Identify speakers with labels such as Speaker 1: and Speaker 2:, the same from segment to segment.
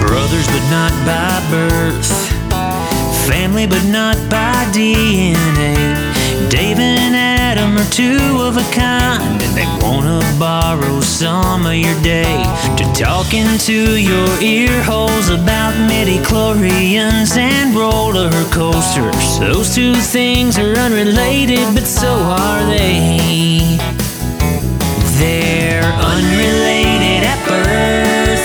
Speaker 1: Brothers, but not by birth. Family, but not by DNA. Dave and Adam are two of a kind, and they wanna borrow some of your day to talk into your ear holes about midi chlorians and roller coasters. Those two things are unrelated, but so are they. They're unrelated at birth,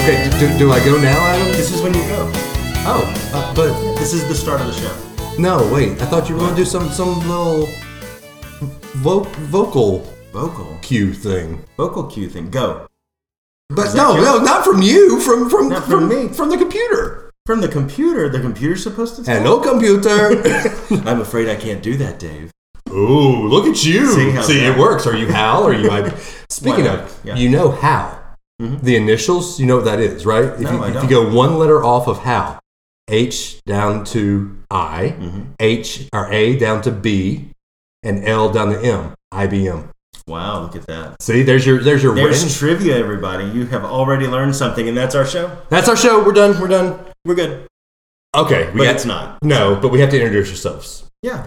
Speaker 2: Okay, do, do I go now, Adam?
Speaker 3: This is when you go.
Speaker 2: Oh, uh, but
Speaker 3: This is the start of the show.
Speaker 2: no, wait. I thought you were gonna do some some little vo- vocal
Speaker 3: Vocal.
Speaker 2: cue thing.
Speaker 3: Vocal cue thing. Go.
Speaker 2: But
Speaker 3: that
Speaker 2: no,
Speaker 3: you?
Speaker 2: no, not from you. From from
Speaker 3: Not
Speaker 2: from,
Speaker 3: from
Speaker 2: me.
Speaker 3: me.
Speaker 2: From the computer.
Speaker 3: From the computer. The computer's supposed to talk.
Speaker 2: Hello, computer.
Speaker 3: I'm afraid I can't do that, Dave.
Speaker 2: Ooh, look at you.
Speaker 3: See how
Speaker 2: See,
Speaker 3: that-
Speaker 2: it works. Are you Hal? Or are you I Speaking
Speaker 3: Why not?
Speaker 2: of,
Speaker 3: Yeah. Mm-hmm.
Speaker 2: you know Hal. The initials, you know what that is, right? If,
Speaker 3: No,
Speaker 2: you,
Speaker 3: I
Speaker 2: if you
Speaker 3: don't.
Speaker 2: go one letter off of Hal, H down to I,
Speaker 3: Mm-hmm.
Speaker 2: H or A down to B, and L down to M, IBM.
Speaker 3: Wow, look at that.
Speaker 2: See, there's your there's your
Speaker 3: There's
Speaker 2: win.
Speaker 3: trivia, everybody. You have already learned something, and that's our show.
Speaker 2: That's our show. We're done. We're done.
Speaker 3: We're good.
Speaker 2: Okay, we
Speaker 3: But
Speaker 2: got-
Speaker 3: it's not.
Speaker 2: No, but we have to introduce ourselves.
Speaker 3: Yeah.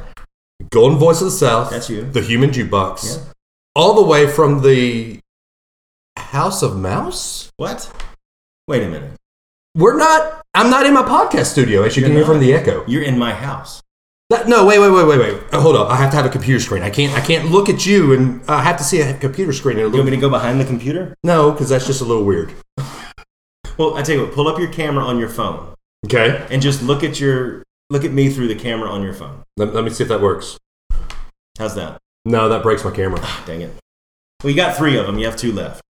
Speaker 2: Golden Voice of the South.
Speaker 3: That's you.
Speaker 2: The Human Jukebox.
Speaker 3: Yeah.
Speaker 2: All the way from the House of Mouse?
Speaker 3: What? Wait a minute.
Speaker 2: We're not, I'm not in my podcast studio, as you can
Speaker 3: You're
Speaker 2: hear from
Speaker 3: not?
Speaker 2: the echo.
Speaker 3: You're in my house.
Speaker 2: That- no, wait, wait, wait, wait, wait. Oh, hold on. I have to have a computer screen. I can't, I can't look at you and I have to see a computer screen. And a
Speaker 3: You want
Speaker 2: little,
Speaker 3: me to go behind the computer?
Speaker 2: no, because that's just a little weird.
Speaker 3: Well, I tell you what. Pull up your camera on your phone
Speaker 2: Okay.
Speaker 3: and just look at your look at me through the camera on your phone.
Speaker 2: Let, let me see if that works.
Speaker 3: How's that?
Speaker 2: No, that breaks my camera.
Speaker 3: Dang it. Well, you got three of them. You have two left.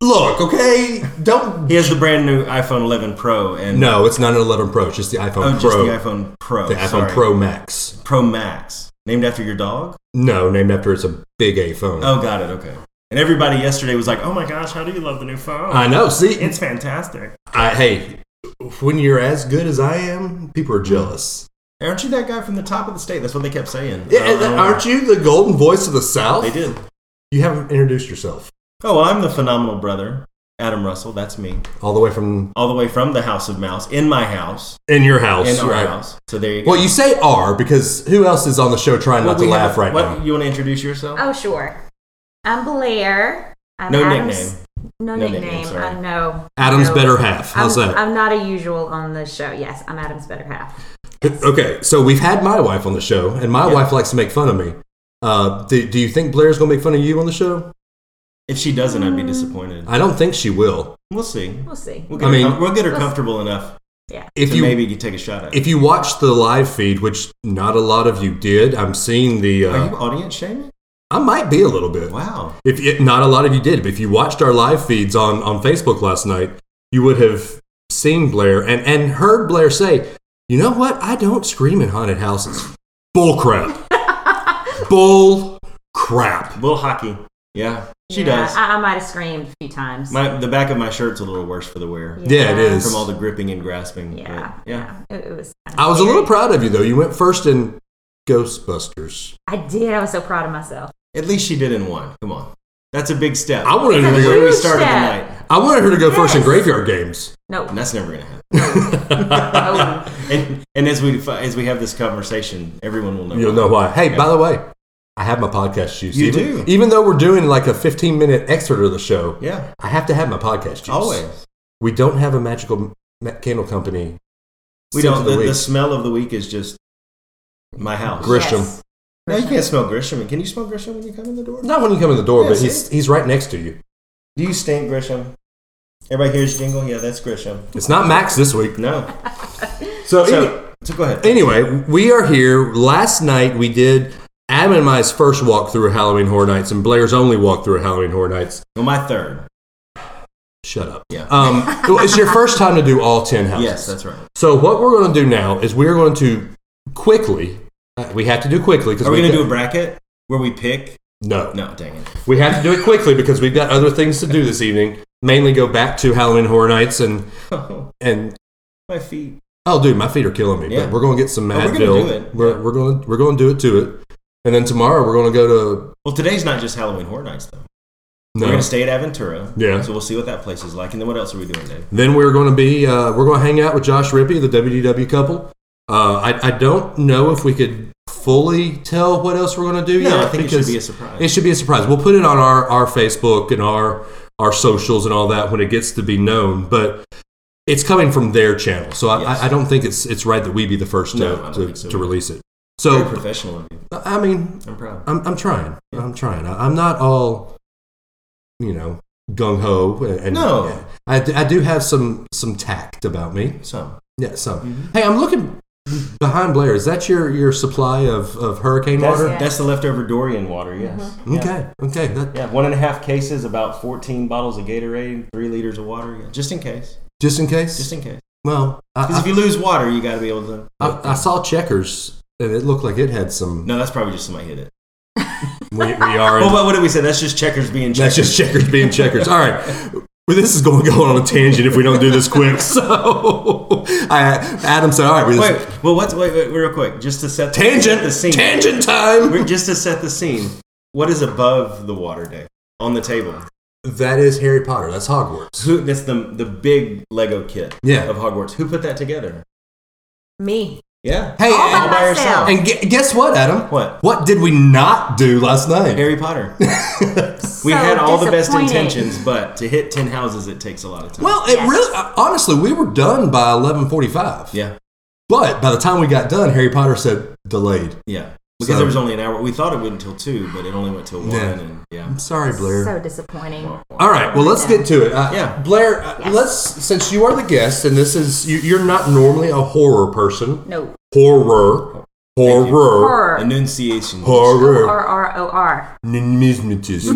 Speaker 2: Look, okay. Don't.
Speaker 3: He has the brand new iPhone 11 Pro and
Speaker 2: No, it's not an 11 Pro. It's just the iPhone Pro.
Speaker 3: oh, just the iPhone Pro.
Speaker 2: the iPhone
Speaker 3: sorry.
Speaker 2: Pro Max.
Speaker 3: Pro Max, named after your dog.
Speaker 2: No, named after it's a big A phone.
Speaker 3: Oh, got it. Okay. And everybody yesterday was like, "Oh my gosh, how do you love the new phone?
Speaker 2: I know. See,
Speaker 3: Oh, it's fantastic."
Speaker 2: I, hey, when you're as good as I am, people are jealous.
Speaker 3: Aren't you that guy from the top of the state? That's what they kept saying.
Speaker 2: Yeah, and that- aren't you the golden voice of the South?
Speaker 3: Uh, They did.
Speaker 2: You haven't introduced yourself
Speaker 3: Oh, well, I'm the phenomenal brother, Adam Russell. That's me,
Speaker 2: all the way from
Speaker 3: all the way from the House of Mouse, in my house,
Speaker 2: in your house.
Speaker 3: in our
Speaker 2: right?
Speaker 3: house. So there you go.
Speaker 2: Well, you say "are" because who else is on the show trying
Speaker 3: Well,
Speaker 2: not to
Speaker 3: we
Speaker 2: laugh
Speaker 3: have-
Speaker 2: right
Speaker 3: what,
Speaker 2: now?
Speaker 3: You want to introduce yourself?
Speaker 4: Oh, sure. I'm Blair. I'm
Speaker 3: No
Speaker 4: Adam's-
Speaker 3: nickname.
Speaker 4: No,
Speaker 3: No
Speaker 4: nickname.
Speaker 3: nickname, sorry.
Speaker 4: I know.
Speaker 2: Adam's
Speaker 4: No.
Speaker 2: better half. How's
Speaker 4: I'm,
Speaker 2: that?
Speaker 4: I'm not a usual on the show. Yes, I'm Adam's better half.
Speaker 2: okay, so we've had my wife on the show, and my
Speaker 3: Yeah.
Speaker 2: wife likes to make fun of me. Uh, do, do you think Blair's gonna make fun of you on the show?
Speaker 3: If she doesn't, I'd be disappointed.
Speaker 2: I don't think she will.
Speaker 3: We'll see.
Speaker 4: We'll see.
Speaker 3: We'll get,
Speaker 2: I
Speaker 3: her,
Speaker 2: mean-
Speaker 3: com- we'll get her comfortable enough
Speaker 4: Yeah.
Speaker 2: If
Speaker 3: to
Speaker 2: you
Speaker 3: maybe take a shot at. it.
Speaker 2: if you watch the live feed, which not a lot of you did, I'm seeing the. Uh,
Speaker 3: Are you audience shaming?
Speaker 2: I might be a little bit.
Speaker 3: Wow.
Speaker 2: If it, not a lot of you did, but if you watched our live feeds on, on Facebook last night, you would have seen Blair and, and heard Blair say, "You know what? I don't scream in haunted houses. Bull crap. Bull crap."
Speaker 3: Bull hockey. Yeah, she
Speaker 4: Yeah,
Speaker 3: does.
Speaker 4: I, I might have screamed a few times.
Speaker 3: my, the back of my shirt's a little worse for the wear
Speaker 2: Yeah, it is.
Speaker 3: from all the gripping and grasping. but
Speaker 4: Yeah.
Speaker 3: yeah.
Speaker 4: Yeah. It, it was.
Speaker 2: I was a little proud of you though. You went first in Ghostbusters.
Speaker 4: I did. I was so proud of myself.
Speaker 3: At least she did in one. Come on. That's a big step.
Speaker 2: I wanted her to
Speaker 4: That's
Speaker 2: go.
Speaker 3: Where we
Speaker 4: Huge
Speaker 3: started the
Speaker 4: step.
Speaker 3: night.
Speaker 2: I wanted her to go first in
Speaker 4: Yes.
Speaker 2: Graveyard Games.
Speaker 4: No.
Speaker 3: And that's never going to happen.
Speaker 4: no.
Speaker 3: And, and as we fi- as we have this conversation, everyone will know.
Speaker 2: You'll
Speaker 3: why.
Speaker 2: know why. Hey,
Speaker 3: Yeah.
Speaker 2: by the way, I have my podcast juice.
Speaker 3: You
Speaker 2: even,
Speaker 3: do.
Speaker 2: Even though we're doing like a 15 minute excerpt of the show,
Speaker 3: Yeah.
Speaker 2: I have to have my podcast juice.
Speaker 3: Always.
Speaker 2: We don't have a magical ma- candle company.
Speaker 3: We
Speaker 2: Scent
Speaker 3: don't.
Speaker 2: of the
Speaker 3: The, the,
Speaker 2: week.
Speaker 3: smell of the week is just my house.
Speaker 2: Grit. Grisham.
Speaker 4: Yes.
Speaker 3: No, you can't smell Grisham. Can you smell Grisham when you come in the door?
Speaker 2: Not when you come in the door,
Speaker 3: Yeah,
Speaker 2: but
Speaker 3: see?
Speaker 2: he's, he's right next to you.
Speaker 3: Do you stink Grisham? Everybody hears jingle. Yeah, that's Grisham.
Speaker 2: It's not Max this week.
Speaker 3: No.
Speaker 2: So,
Speaker 3: So, so go ahead.
Speaker 2: any- anyway, we are here. Last night we did Adam and my's first walk through Halloween Horror Nights and Blair's only walk through Halloween Horror Nights.
Speaker 3: Well, my third.
Speaker 2: Shut up.
Speaker 3: Yeah.
Speaker 2: Um, well, it's your first time to do all 10 houses.
Speaker 3: Yes, that's right.
Speaker 2: So what we're going to do now is we're going to quickly. uh, We have to do quickly because
Speaker 3: Are we
Speaker 2: we've
Speaker 3: going to do
Speaker 2: got-
Speaker 3: a bracket where we pick?
Speaker 2: No,
Speaker 3: No, dang it.
Speaker 2: we have to do it quickly because we've got other things to do this evening. Mainly go back to Halloween Horror Nights and and
Speaker 3: Oh, my feet.
Speaker 2: oh, dude, my feet are killing me.
Speaker 3: Yeah.
Speaker 2: But we're going to get some
Speaker 3: Oh, we're gonna
Speaker 2: Madville.
Speaker 3: do it.
Speaker 2: We're, we're going we're going to do it to it, and then tomorrow we're going to go to
Speaker 3: Well, today's not just Halloween Horror Nights, though.
Speaker 2: no.
Speaker 3: We're going to stay at Aventura.
Speaker 2: Yeah.
Speaker 3: So we'll see what that place is like. And then what else are we doing, Dave?
Speaker 2: Then we're going to be uh, we're going to hang out with Josh Rippey, the WDW couple. Uh, I, I don't know if we could fully tell what else we're going to do
Speaker 3: No,
Speaker 2: yet.
Speaker 3: I think it should
Speaker 2: because
Speaker 3: be a surprise.
Speaker 2: It should be a surprise. We'll put it on our our Facebook and our our socials and all that when it gets to be known. But it's coming from their channel, so I,
Speaker 3: Yes.
Speaker 2: I, I don't think it's it's right that we be the first to
Speaker 3: No, I don't
Speaker 2: to,
Speaker 3: think so
Speaker 2: to
Speaker 3: either.
Speaker 2: release it.
Speaker 3: Very
Speaker 2: So
Speaker 3: professional of you.
Speaker 2: I mean,
Speaker 3: I'm proud.
Speaker 2: I'm, I'm trying. I'm trying. I, I'm not all, you know, gung ho. And, and-
Speaker 3: No.
Speaker 2: I, d- I do have some some tact about me.
Speaker 3: So,
Speaker 2: Yeah, some.
Speaker 3: Mm-hmm.
Speaker 2: Hey, I'm looking behind Blair. Is that your your supply of of hurricane
Speaker 5: That's,
Speaker 2: water?
Speaker 4: Yeah.
Speaker 3: that's the leftover Dorian water, yes.
Speaker 2: Okay, okay. That,
Speaker 3: Yeah, one and a half cases, about 14 bottles of Gatorade, three liters of water, yeah. Uh, just in case.
Speaker 2: Just in case.
Speaker 3: Just in case.
Speaker 2: well,
Speaker 3: Because
Speaker 2: I,
Speaker 3: if you lose water, you got to be able to.
Speaker 2: I, I, I saw checkers and it looked like it had some.
Speaker 3: No, that's probably just somebody hit it.
Speaker 2: We, we are.
Speaker 3: Well, what, what did we say? That's just checkers being checkers.
Speaker 2: That's just checkers being checkers. All right. Well, this is going to go on a tangent if we don't do this quick. So, I, Adam said, "All right, we just,
Speaker 3: Wait, well, what's wait, wait, real quick, just to set
Speaker 2: Tangent,
Speaker 3: the scene.
Speaker 2: tangent time.
Speaker 3: We're- just to set the scene. What is above the water day on the table?
Speaker 2: That is Harry Potter. That's Hogwarts.
Speaker 3: Who? That's the the big Lego kit
Speaker 2: Yeah.
Speaker 3: of Hogwarts. Who put that together?
Speaker 4: Me.
Speaker 3: Yeah.
Speaker 2: Hey,
Speaker 4: All by
Speaker 2: and,
Speaker 3: by yourself.
Speaker 4: myself.
Speaker 2: and gu- guess what, Adam?
Speaker 3: What?
Speaker 2: What did we not do last night?
Speaker 3: Harry Potter.
Speaker 4: So
Speaker 3: We had all the best
Speaker 4: disappointed.
Speaker 3: intentions, but to hit ten houses, it takes a lot of time.
Speaker 2: Well, it
Speaker 4: Yes.
Speaker 2: really, uh, honestly, we were done by eleven forty-five.
Speaker 3: yeah,
Speaker 2: But by the time we got done, Harry Potter said delayed.
Speaker 3: yeah. Because
Speaker 2: So-
Speaker 3: there was only an hour. We thought it went until two, but it only went till one.
Speaker 2: Yeah.
Speaker 3: And yeah.
Speaker 2: I'm sorry, Blair.
Speaker 4: So disappointing.
Speaker 2: All right, well, let's get to it. Uh,
Speaker 3: Yeah.
Speaker 2: Blair, uh,
Speaker 4: Yes.
Speaker 2: let's since you are the guest, and this is you, you're not normally a horror person.
Speaker 4: No.
Speaker 2: Horror,
Speaker 3: Thank you.
Speaker 2: horror,
Speaker 4: Horror.
Speaker 3: Enunciation.
Speaker 2: horror.
Speaker 4: R R O R.
Speaker 2: Numismatist.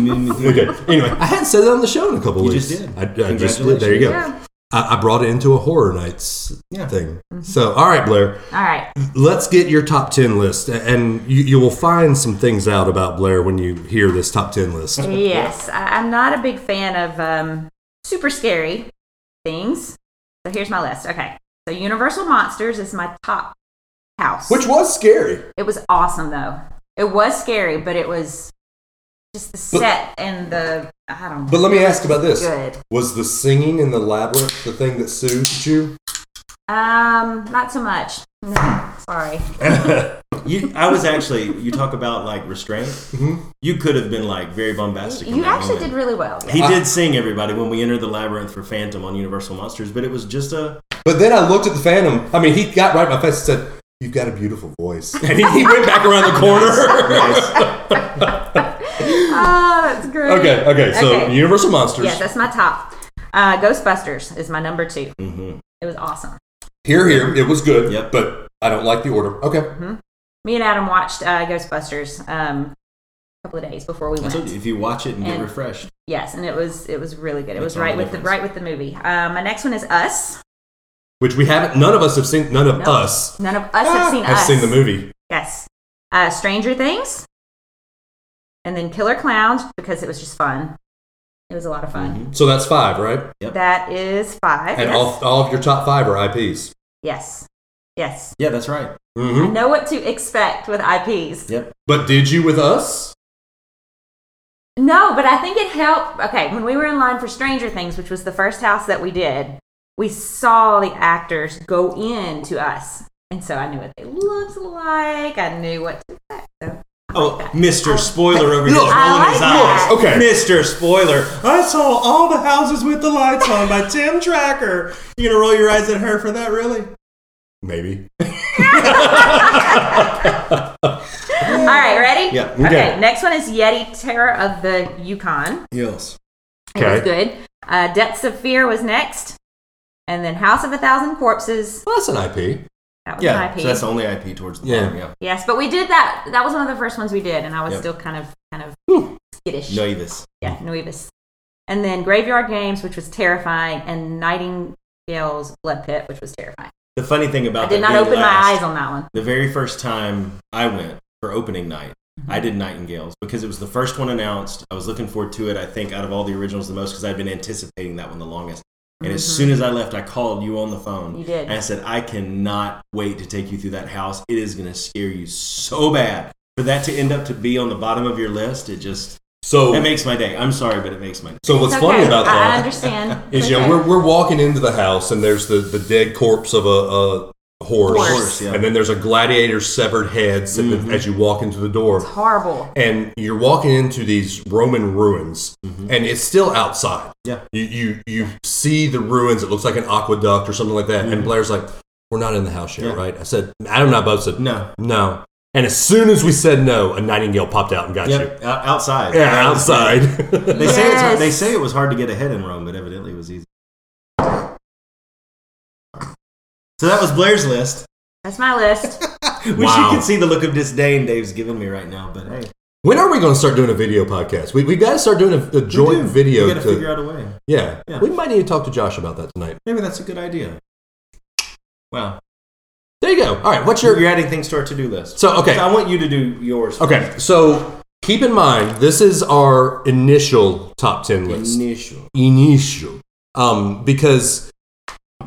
Speaker 3: okay.
Speaker 2: Okay. Anyway, I hadn't said that on the show in a couple
Speaker 3: You
Speaker 2: weeks.
Speaker 3: just did.
Speaker 2: I, I just did. There you go.
Speaker 4: Yeah.
Speaker 2: I, I brought it into a horror nights
Speaker 3: Yeah.
Speaker 2: thing. So, all right, Blair,
Speaker 4: All right.
Speaker 2: let's get your top ten list, a- and you, you will find some things out about Blair when you hear this top ten list.
Speaker 4: Yes. I, I'm not a big fan of um, super scary things. So here's my list. Okay. So Universal Monsters is my top house.
Speaker 2: was scary.
Speaker 4: It was awesome though. It was scary, but it was just the
Speaker 2: But-
Speaker 4: set and the I don't know.
Speaker 2: But let me ask about this:
Speaker 4: Good.
Speaker 2: Was the singing in the labyrinth the thing that soothed you?
Speaker 4: Um, not so much. No, sorry.
Speaker 3: You, I was actually. You talk about like restraint.
Speaker 2: Mm-hmm.
Speaker 3: You could have been like very bombastic. in
Speaker 4: You
Speaker 3: that
Speaker 4: actually
Speaker 3: moment.
Speaker 4: did really well.
Speaker 3: He did sing everybody when we entered the labyrinth for Phantom on Universal Monsters, but it was just a
Speaker 2: But then I looked at the Phantom. I mean, he got right in my face and said, "You've got a beautiful voice," and he, he went back around the corner.
Speaker 3: Mm-hmm.
Speaker 4: Oh, that's great.
Speaker 2: okay, okay. So,
Speaker 4: Okay.
Speaker 2: Universal Monsters.
Speaker 4: Yeah, that's my top. Uh, Ghostbusters is my number 2
Speaker 3: Mhm.
Speaker 4: It was awesome.
Speaker 2: Here, here, it was good.
Speaker 3: Yep.
Speaker 2: But I don't like the order. Okay.
Speaker 4: Me and Adam watched uh, Ghostbusters um, a couple of days before we
Speaker 3: I told you,
Speaker 4: went.
Speaker 3: if you watch it and get
Speaker 4: And-
Speaker 3: refreshed,
Speaker 4: Yes, and it was it was really good. It was
Speaker 3: all
Speaker 4: right
Speaker 3: the
Speaker 4: with the
Speaker 3: difference.
Speaker 4: right with the movie. Um, my next one is Us.
Speaker 2: Which we haven't. None of us have seen. None of
Speaker 4: No.
Speaker 2: us
Speaker 4: None of us have seen
Speaker 2: have
Speaker 4: Us.
Speaker 2: seen the movie.
Speaker 4: Yes. Uh, Stranger Things. And then Killer Clowns because it was just fun. It was a lot of fun.
Speaker 2: So that's five, right?
Speaker 3: Mm-hmm. Yep.
Speaker 4: That is five.
Speaker 2: And
Speaker 4: yes.
Speaker 2: all, all of your top five are IPs.
Speaker 4: yes. Yes.
Speaker 3: yeah, that's right.
Speaker 2: Mm-hmm.
Speaker 4: Know what to expect with IPs.
Speaker 3: Yep.
Speaker 2: But did you with us?
Speaker 4: No, but I think it helped. Okay, when we were in line for Stranger Things, which was the first house that we did, we saw the actors go in to us. And so I knew what they looked like. I knew what to expect. So I like
Speaker 3: Oh,
Speaker 4: that.
Speaker 3: Mr. Spoiler over here
Speaker 2: Look,
Speaker 3: rolling
Speaker 4: I
Speaker 3: his
Speaker 4: like
Speaker 3: eyes.
Speaker 4: that.
Speaker 2: Look, okay.
Speaker 3: Mr. Spoiler. I saw all the houses with the lights on by Tim Tracker. You gonna roll your eyes at her for that, really?
Speaker 2: Maybe.
Speaker 4: All right, ready?
Speaker 3: Yeah,
Speaker 2: okay.
Speaker 4: Okay, next one is Yeti Terror of the Yukon.
Speaker 3: Yes.
Speaker 4: It was
Speaker 2: Okay.
Speaker 4: good. Uh, Depths of Fear was next. And then House of a Thousand Corpses.
Speaker 2: Well, that's an IP.
Speaker 4: That was
Speaker 3: Yeah.
Speaker 4: an IP.
Speaker 3: So that's the only IP towards the
Speaker 2: Yeah.
Speaker 3: bottom. Yeah.
Speaker 4: yes, but we did that. That was one of the first ones we did, and I was
Speaker 3: Yep.
Speaker 4: still kind of kind of skittish.
Speaker 3: Noivus.
Speaker 4: Yeah, Nuevus. and then Graveyard Games, which was terrifying, and Nightingale's Blood Pit, which was terrifying.
Speaker 3: The funny thing about
Speaker 4: I did
Speaker 3: that
Speaker 4: not
Speaker 3: being
Speaker 4: open
Speaker 3: last,
Speaker 4: my eyes on that one.
Speaker 3: the very first time I went for opening night,
Speaker 4: Mm-hmm.
Speaker 3: I did Nightingales because it was the first one announced. I was looking forward to it, I think, out of all the originals the most because I'd been anticipating that one the longest. And as soon as I left, I called you on the phone.
Speaker 4: Mm-hmm. You did.
Speaker 3: And I said, I cannot wait to take you through that house. It is going to scare you so bad. For that to end up to be on the bottom of your list, it just,
Speaker 2: So,
Speaker 3: it makes my day. I'm sorry, but it makes my day.
Speaker 2: so what's
Speaker 4: It's
Speaker 2: funny
Speaker 4: okay.
Speaker 2: about
Speaker 4: I, I
Speaker 2: that
Speaker 4: understand.
Speaker 2: is,
Speaker 4: It's
Speaker 2: you know,
Speaker 4: okay.
Speaker 2: we're, we're walking into the house and there's the, the dead corpse of a, a horse.
Speaker 4: Horse.
Speaker 3: Horse, yeah. Mm-hmm.
Speaker 2: And then there's a gladiator's severed head sitting as you walk into the door.
Speaker 4: It's horrible.
Speaker 2: and you're walking into these Roman ruins, and it's still outside.
Speaker 3: Mm-hmm. Yeah.
Speaker 2: you you you see the ruins. It looks like an aqueduct or something like that. And Blair's like, "We're not in the house yet,
Speaker 3: Mm-hmm. Yeah.
Speaker 2: right?" I said, "Adam and I both said
Speaker 3: No.
Speaker 2: no." And as soon as we said no, a nightingale popped out and got
Speaker 3: Yep, o- outside.
Speaker 2: you. Yeah, outside.
Speaker 3: They, say it's, hard- they
Speaker 4: Yes.
Speaker 3: say it was hard to get ahead in Rome, but evidently it was easy. So that was Blair's list.
Speaker 4: That's my list.
Speaker 3: Wish
Speaker 2: Wow.
Speaker 3: you could see the look of disdain Dave's giving me right now, but hey.
Speaker 2: when are we going to start doing a video podcast? We we got to start doing a, a joint video.
Speaker 3: We gotta
Speaker 2: to-
Speaker 3: figure out a way.
Speaker 2: yeah.
Speaker 3: Yeah.
Speaker 2: we might need to talk to Josh about that tonight.
Speaker 3: Maybe that's a good idea. Wow.
Speaker 2: There you go. All right, what's
Speaker 3: You're,
Speaker 2: your
Speaker 3: you're adding things to our to do list.
Speaker 2: so okay?
Speaker 3: So I want you to do yours.
Speaker 2: Okay, so keep in mind this is our initial top ten list.
Speaker 3: Initial.
Speaker 2: Initial, um, because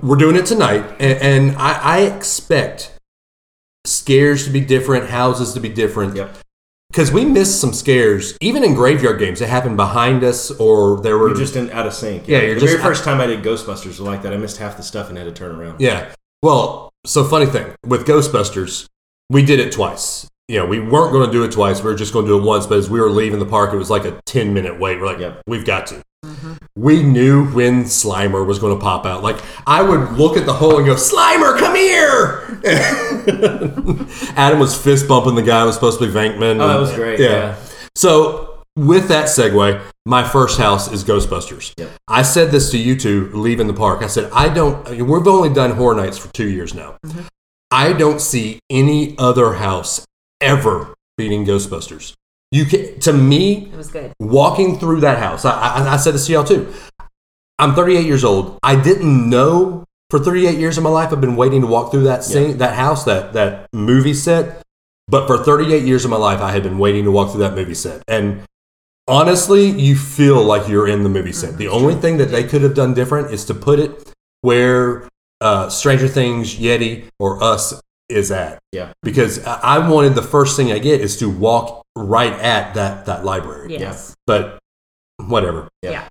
Speaker 2: we're doing it tonight, and, and I, I expect scares to be different, houses to be different.
Speaker 3: Yep.
Speaker 2: Because we missed some scares, even in graveyard games. It happened behind us, or there were
Speaker 3: You're just in, out of sync.
Speaker 2: Yeah, you're
Speaker 3: the
Speaker 2: just-
Speaker 3: very first time I did Ghostbusters was like that. I missed half the stuff and had to turn around.
Speaker 2: Yeah. Well, so funny thing with Ghostbusters, we did it twice. You know, we weren't going to do it twice. We were just going to do it once. But as we were leaving the park, it was like a 10 minute wait. We're like,
Speaker 3: Yep.
Speaker 2: we've got to. We knew when Slimer was going to pop out. Like, I would look at the hole and go, Slimer, come here. Adam was fist bumping the guy who was supposed to be Vankman.
Speaker 3: Oh, that
Speaker 2: and-
Speaker 3: was great, yeah.
Speaker 2: So, with that segue, my first house is Ghostbusters.
Speaker 3: Yep.
Speaker 2: I said this to you two leaving the park. I said, I don't, I mean, we've only done Horror Nights for two years now.
Speaker 3: Mm-hmm.
Speaker 2: I don't see any other house ever beating Ghostbusters. You can, to me,
Speaker 4: It was good.
Speaker 2: walking through that house, I, I, I said this to y'all too. I'm 38 years old. I didn't know for 38 years of my life. I've been waiting to walk through that scene, that house, that that movie set. But for 38 years of my life, I had been waiting to walk through that movie set. And honestly, you feel like you're in the movie set. The only thing that they could have done different is to put it where uh, Stranger Things, Yeti, or Us is at.
Speaker 3: Yeah.
Speaker 2: Because I I wanted the first thing I get is to walk right at that that library.
Speaker 4: Yes.
Speaker 2: But whatever.
Speaker 3: Yeah.
Speaker 4: Yeah.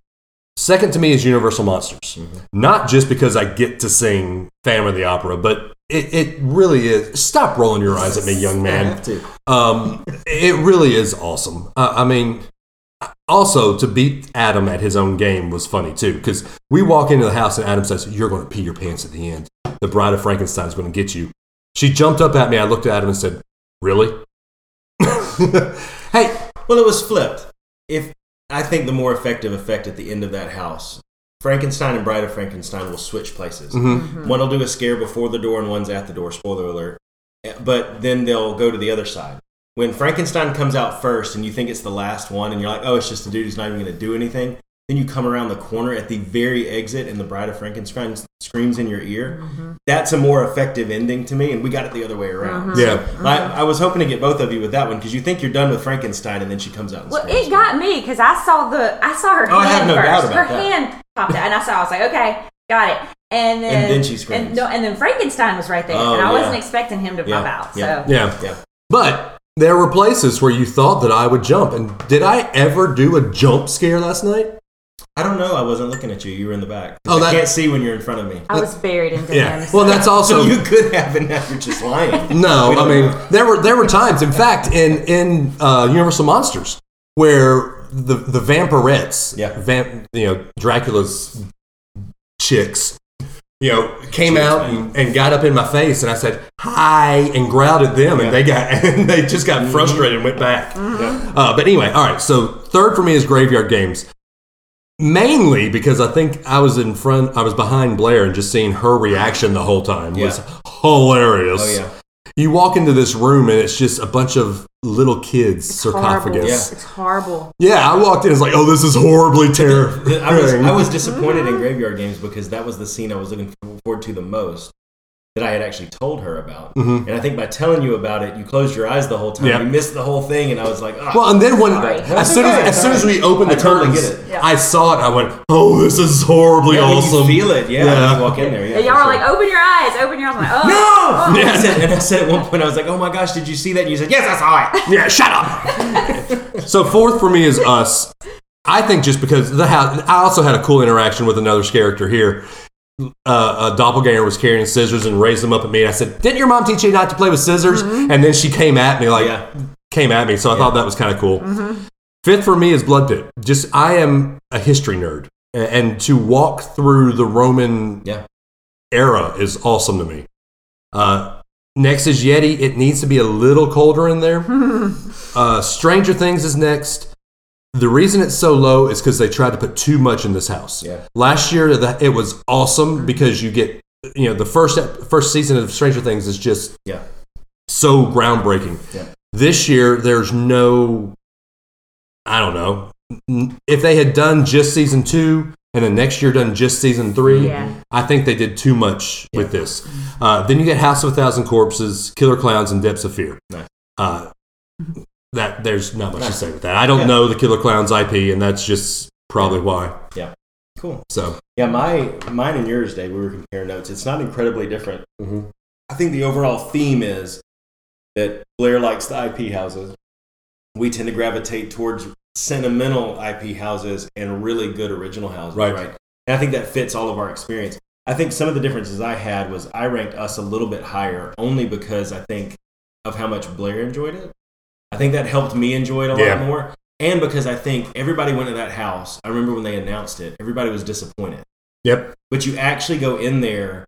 Speaker 2: Second to me is Universal Monsters.
Speaker 3: Mm-hmm.
Speaker 2: Not just because I get to sing Phantom of the Opera, but it, it really is. Stop rolling your eyes at me, young
Speaker 3: I
Speaker 2: man.
Speaker 3: have to.
Speaker 2: Um, it really is awesome. Uh, I mean, also to beat Adam at his own game was funny too, because we walk into the house and Adam says, "You're going to pee your pants at the end. The Bride of Frankenstein is going to get you." She jumped up at me. I looked at Adam and said, "Really?" hey,
Speaker 3: Well, it was flipped. If I think the more effective effect at the end of that house, Frankenstein and Bride of Frankenstein will switch places.
Speaker 4: Mm-hmm.
Speaker 3: One will do a scare before the door, and one's at the door. Spoiler alert. Eh, But then they'll go to the other side. When Frankenstein comes out first, and you think it's the last one, and you're like, "Oh, it's just the dude who's not even going to do anything." Then you come around the corner at the very exit, and the Bride of Frankenstein s- screams in your ear.
Speaker 4: Mm-hmm.
Speaker 3: That's a more effective ending to me, and we got it the other way around.
Speaker 4: Uh-huh.
Speaker 2: Yeah.
Speaker 3: So, I, I was hoping to get both of you with that one because you think you're done with Frankenstein, and then she comes out. And
Speaker 4: Well,
Speaker 3: screams.
Speaker 4: it got me because I saw the I saw her
Speaker 3: Oh, I
Speaker 4: hand
Speaker 3: have no
Speaker 4: first.
Speaker 3: doubt about
Speaker 4: her
Speaker 3: that.
Speaker 4: hand popped out, and I saw. I was like, okay, got it. And then
Speaker 3: And then she screams.
Speaker 4: And, no, and then Frankenstein was right there,
Speaker 3: Oh,
Speaker 4: and I
Speaker 3: yeah.
Speaker 4: wasn't expecting him to pop
Speaker 3: Yeah,
Speaker 4: out.
Speaker 3: yeah.
Speaker 4: So
Speaker 2: yeah.
Speaker 3: Yeah.
Speaker 2: But there were places where you thought that I would jump. And did I ever do a jump scare last night?
Speaker 3: I don't know. I wasn't looking at you. You were in the back.
Speaker 2: Oh,
Speaker 3: I
Speaker 2: that-
Speaker 3: can't see when you're in front of me.
Speaker 4: I was buried in
Speaker 2: Yeah.
Speaker 4: demands.
Speaker 2: Well, that's also.
Speaker 3: So you could have, and now you're just lying.
Speaker 2: No, I
Speaker 3: We don't
Speaker 2: mean
Speaker 3: know.
Speaker 2: there were there were times, in fact, in in uh, Universal Monsters where the the vampirettes,
Speaker 3: Yeah.
Speaker 2: vamp, you know, Dracula's chicks, you know, came out and, and got up in my face, and I said hi and growled at them, and they got and they just
Speaker 3: Mm-hmm.
Speaker 2: got frustrated and went back. Uh, but anyway, all right. So third for me is Graveyard Games. Mainly because I think I was in front, I was behind Blair, and just seeing her reaction the whole time was hilarious.
Speaker 3: Oh yeah.
Speaker 2: You walk into this room and it's just a bunch of little kids
Speaker 4: Horrible.
Speaker 2: sarcophagus.
Speaker 4: It's horrible.
Speaker 2: Yeah. I walked in. It's like, oh, this is horribly terrifying.
Speaker 3: I was, I was disappointed in Graveyard Games because that was the scene I was looking forward to the most that I had actually told her about. And I think by telling you about it, you closed your eyes the whole time.
Speaker 2: Mm-hmm. Yeah.
Speaker 3: You missed the whole thing, and I was like, ah.
Speaker 2: Well, and then when
Speaker 4: Sorry.
Speaker 2: as soon as as soon as we opened the
Speaker 3: I totally
Speaker 2: curtains,
Speaker 3: get it.
Speaker 4: Yeah.
Speaker 2: I saw it. I went, "Oh, this is horribly
Speaker 3: yeah, when
Speaker 2: awesome."
Speaker 3: You feel it, yeah.
Speaker 2: Yeah.
Speaker 3: When you walk in there, yeah.
Speaker 4: And y'all
Speaker 3: for
Speaker 4: are
Speaker 3: sure.
Speaker 4: like, open your eyes, open your eyes. I'm like, oh,
Speaker 3: No!
Speaker 4: oh.
Speaker 3: I said- and I said at one point, I was like, oh my gosh, did you see that? And you said, yes, I saw it.
Speaker 2: Yeah, shut up. so fourth for me is us. I think just because the house, I also had a cool interaction with another character here. Uh, a doppelganger was carrying scissors and raised them up at me. And I said, "Didn't your mom teach you not to play with scissors?" And then she came at me like,
Speaker 3: Yeah.
Speaker 2: came at me. So I thought that was kind of cool.
Speaker 3: Mm-hmm.
Speaker 2: Fifth for me is Blood Pit. Just I am a history nerd, A- and to walk through the Roman
Speaker 3: Yeah.
Speaker 2: era is awesome to me. Uh, next is Yeti. It needs to be a little colder in there. uh, Stranger Things is next. The reason it's so low is because they tried to put too much in this house.
Speaker 3: Yeah.
Speaker 2: Last year, that it was awesome because you get you know the first first season of Stranger Things is just
Speaker 3: Yeah.
Speaker 2: so groundbreaking.
Speaker 3: Yeah.
Speaker 2: This year, there's no, I don't know. N- If they had done just season two and then next year done just season three,
Speaker 4: Yeah.
Speaker 2: I think they did too much with this. Uh, then you get House of a Thousand Corpses, Killer Clowns, and Depths of Fear.
Speaker 3: Nice.
Speaker 2: Uh, that there's not much to say with that. I don't know the Killer Clowns IP, and that's just probably why.
Speaker 3: Cool.
Speaker 2: So
Speaker 3: Yeah, my mine and yours, Dave. We were comparing notes. It's not incredibly different.
Speaker 2: Mhm.
Speaker 3: I think the overall theme is that Blair likes the IP houses. We tend to gravitate towards sentimental IP houses and really good original houses,
Speaker 2: Right.
Speaker 3: right? And I think that fits all of our experience. I think some of the differences I had was I ranked us a little bit higher only because I think of how much Blair enjoyed it. I think that helped me enjoy it a
Speaker 2: Yeah.
Speaker 3: lot more. And because I think everybody went to that house, I remember when they announced it, everybody was disappointed
Speaker 2: yep,
Speaker 3: but you actually go in there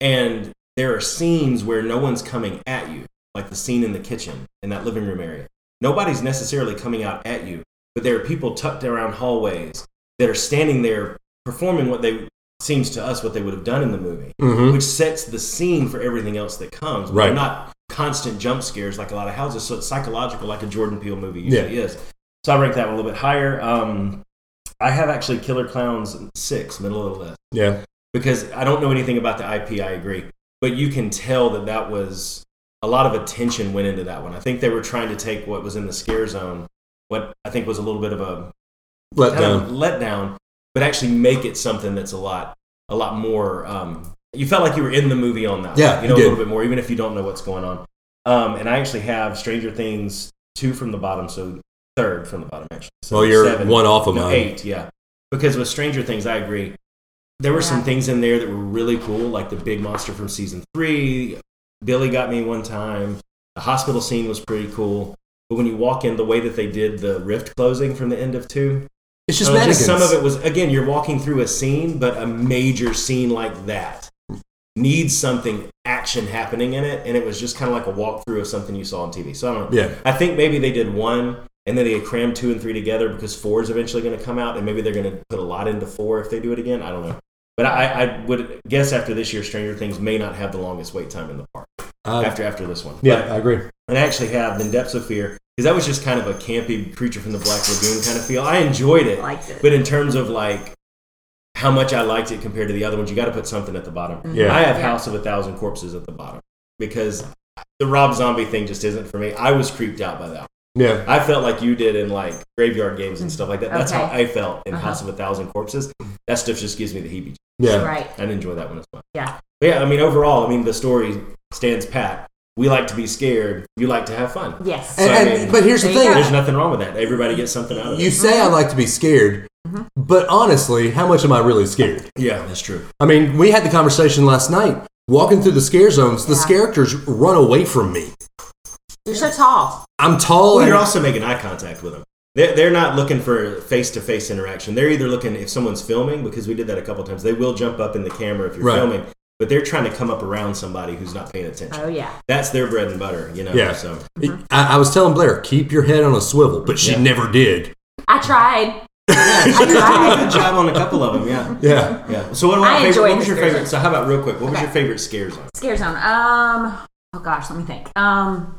Speaker 3: and there are scenes where no one's coming at you like the scene in the kitchen in that living room area nobody's necessarily coming out at you but there are people tucked around hallways that are standing there performing what they seems to us what they would have done in the movie
Speaker 2: Mhm.
Speaker 3: which sets the scene for everything else that comes
Speaker 2: Right.
Speaker 3: They're not constant jump scares like a lot of houses so it's psychological like a jordan peele movie usually is so i rank that one a little bit higher um, i have actually killer clowns six middle of the list
Speaker 2: yeah,
Speaker 3: because I don't know anything about the IP. I agree, but you can tell that that was a lot of attention went into that one. I think they were trying to take what was in the scare zone, what I think was a little bit of a
Speaker 2: let
Speaker 3: kind of
Speaker 2: down.
Speaker 3: letdown, but actually make it something that's a lot, a lot more. Um, you felt like you were in the movie on that.
Speaker 2: Yeah,
Speaker 3: you know
Speaker 2: you
Speaker 3: a
Speaker 2: did.
Speaker 3: little bit more, even if you don't know what's going on. Um, and I actually have Stranger Things two from the bottom, so third from the bottom actually. So
Speaker 2: Well, you're
Speaker 3: seven.
Speaker 2: one off of
Speaker 3: No,
Speaker 2: mine.
Speaker 3: Eight, yeah. Because with Stranger Things, I agree. There were some
Speaker 4: Yeah.
Speaker 3: things in there that were really cool, like the big monster from season three. Billy got me one time. The hospital scene was pretty cool. But when you walk in, the way that they did the rift closing from the end of two,
Speaker 2: It's just
Speaker 3: I don't know,
Speaker 2: mannequins.
Speaker 3: Oh, some of it was again, you're walking through a scene, but a major scene like that needs something action happening in it, and it was just kind of like a walkthrough of something you saw on TV. So I don't know.
Speaker 2: Yeah.
Speaker 3: I think maybe they did one, and then they crammed two and three together because four is eventually going to come out, and maybe they're going to put a lot into four if they do it again. I don't know. But I, I would guess after this year, Stranger Things may not have the longest wait time in the park
Speaker 2: Uh,
Speaker 3: after after this one.
Speaker 2: yeah,
Speaker 3: But-
Speaker 2: I agree.
Speaker 3: and I actually have in Depths of Fear because that was just kind of a campy creature from the Black Lagoon kind of feel. I enjoyed it,
Speaker 4: Liked it.
Speaker 3: but in terms of like how much I liked it compared to the other ones, you got to put something at the bottom.
Speaker 2: Yeah.
Speaker 3: I have
Speaker 4: Mm-hmm. Yeah.
Speaker 3: House of a Thousand Corpses at the bottom because the Rob Zombie thing just isn't for me. I was creeped out by that.
Speaker 2: Yeah,
Speaker 3: I felt like you did in like graveyard games and stuff like that. That's how
Speaker 4: Mm-hmm. Okay.
Speaker 3: I felt in
Speaker 4: Uh-huh.
Speaker 3: House of a Thousand Corpses. That stuff just gives me the heebie.
Speaker 2: yeah.
Speaker 4: Right.
Speaker 3: I enjoy that one as well.
Speaker 4: Yeah.
Speaker 3: But yeah, I mean, overall, I mean, the story stands pat. We like to be scared. You like to have fun.
Speaker 4: Yes.
Speaker 2: And,
Speaker 3: So, I
Speaker 2: and-
Speaker 3: mean,
Speaker 2: but here's the
Speaker 4: there you
Speaker 2: thing:
Speaker 4: go.
Speaker 3: There's nothing wrong with that. Everybody gets something out of
Speaker 2: You
Speaker 3: it.
Speaker 2: say I like to be scared, but honestly, how much am I really scared?
Speaker 3: Yeah, that's true.
Speaker 2: I mean, we had the conversation last night. Walking through the scare zones, the
Speaker 4: Yeah.
Speaker 2: characters run away from me.
Speaker 4: You're so tall.
Speaker 2: I'm tall
Speaker 3: Well,
Speaker 2: and
Speaker 3: Oh, you're also making eye contact with them. They're, they're not looking for face to face interaction. They're either looking, if someone's filming, because we did that a couple times, they will jump up in the camera if you're
Speaker 2: Right.
Speaker 3: filming, but they're trying to come up around somebody who's not paying attention.
Speaker 4: Oh yeah.
Speaker 3: That's their bread and butter, you know?
Speaker 2: Yeah.
Speaker 3: So,
Speaker 2: I, I was telling Blair, keep your head on a swivel, but she
Speaker 3: Yeah.
Speaker 2: never did.
Speaker 4: I tried.
Speaker 3: yeah,
Speaker 4: tried.
Speaker 3: good job on a couple of them, yeah.
Speaker 2: Yeah.
Speaker 3: Yeah. So what,
Speaker 4: I
Speaker 3: my favorite,
Speaker 4: enjoyed
Speaker 3: what was
Speaker 4: the
Speaker 3: your
Speaker 4: scare
Speaker 3: favorite? So how about real quick? What was
Speaker 4: Okay.
Speaker 3: your favorite scare zone?
Speaker 4: Scare zone. Um. oh gosh, let me think. Um,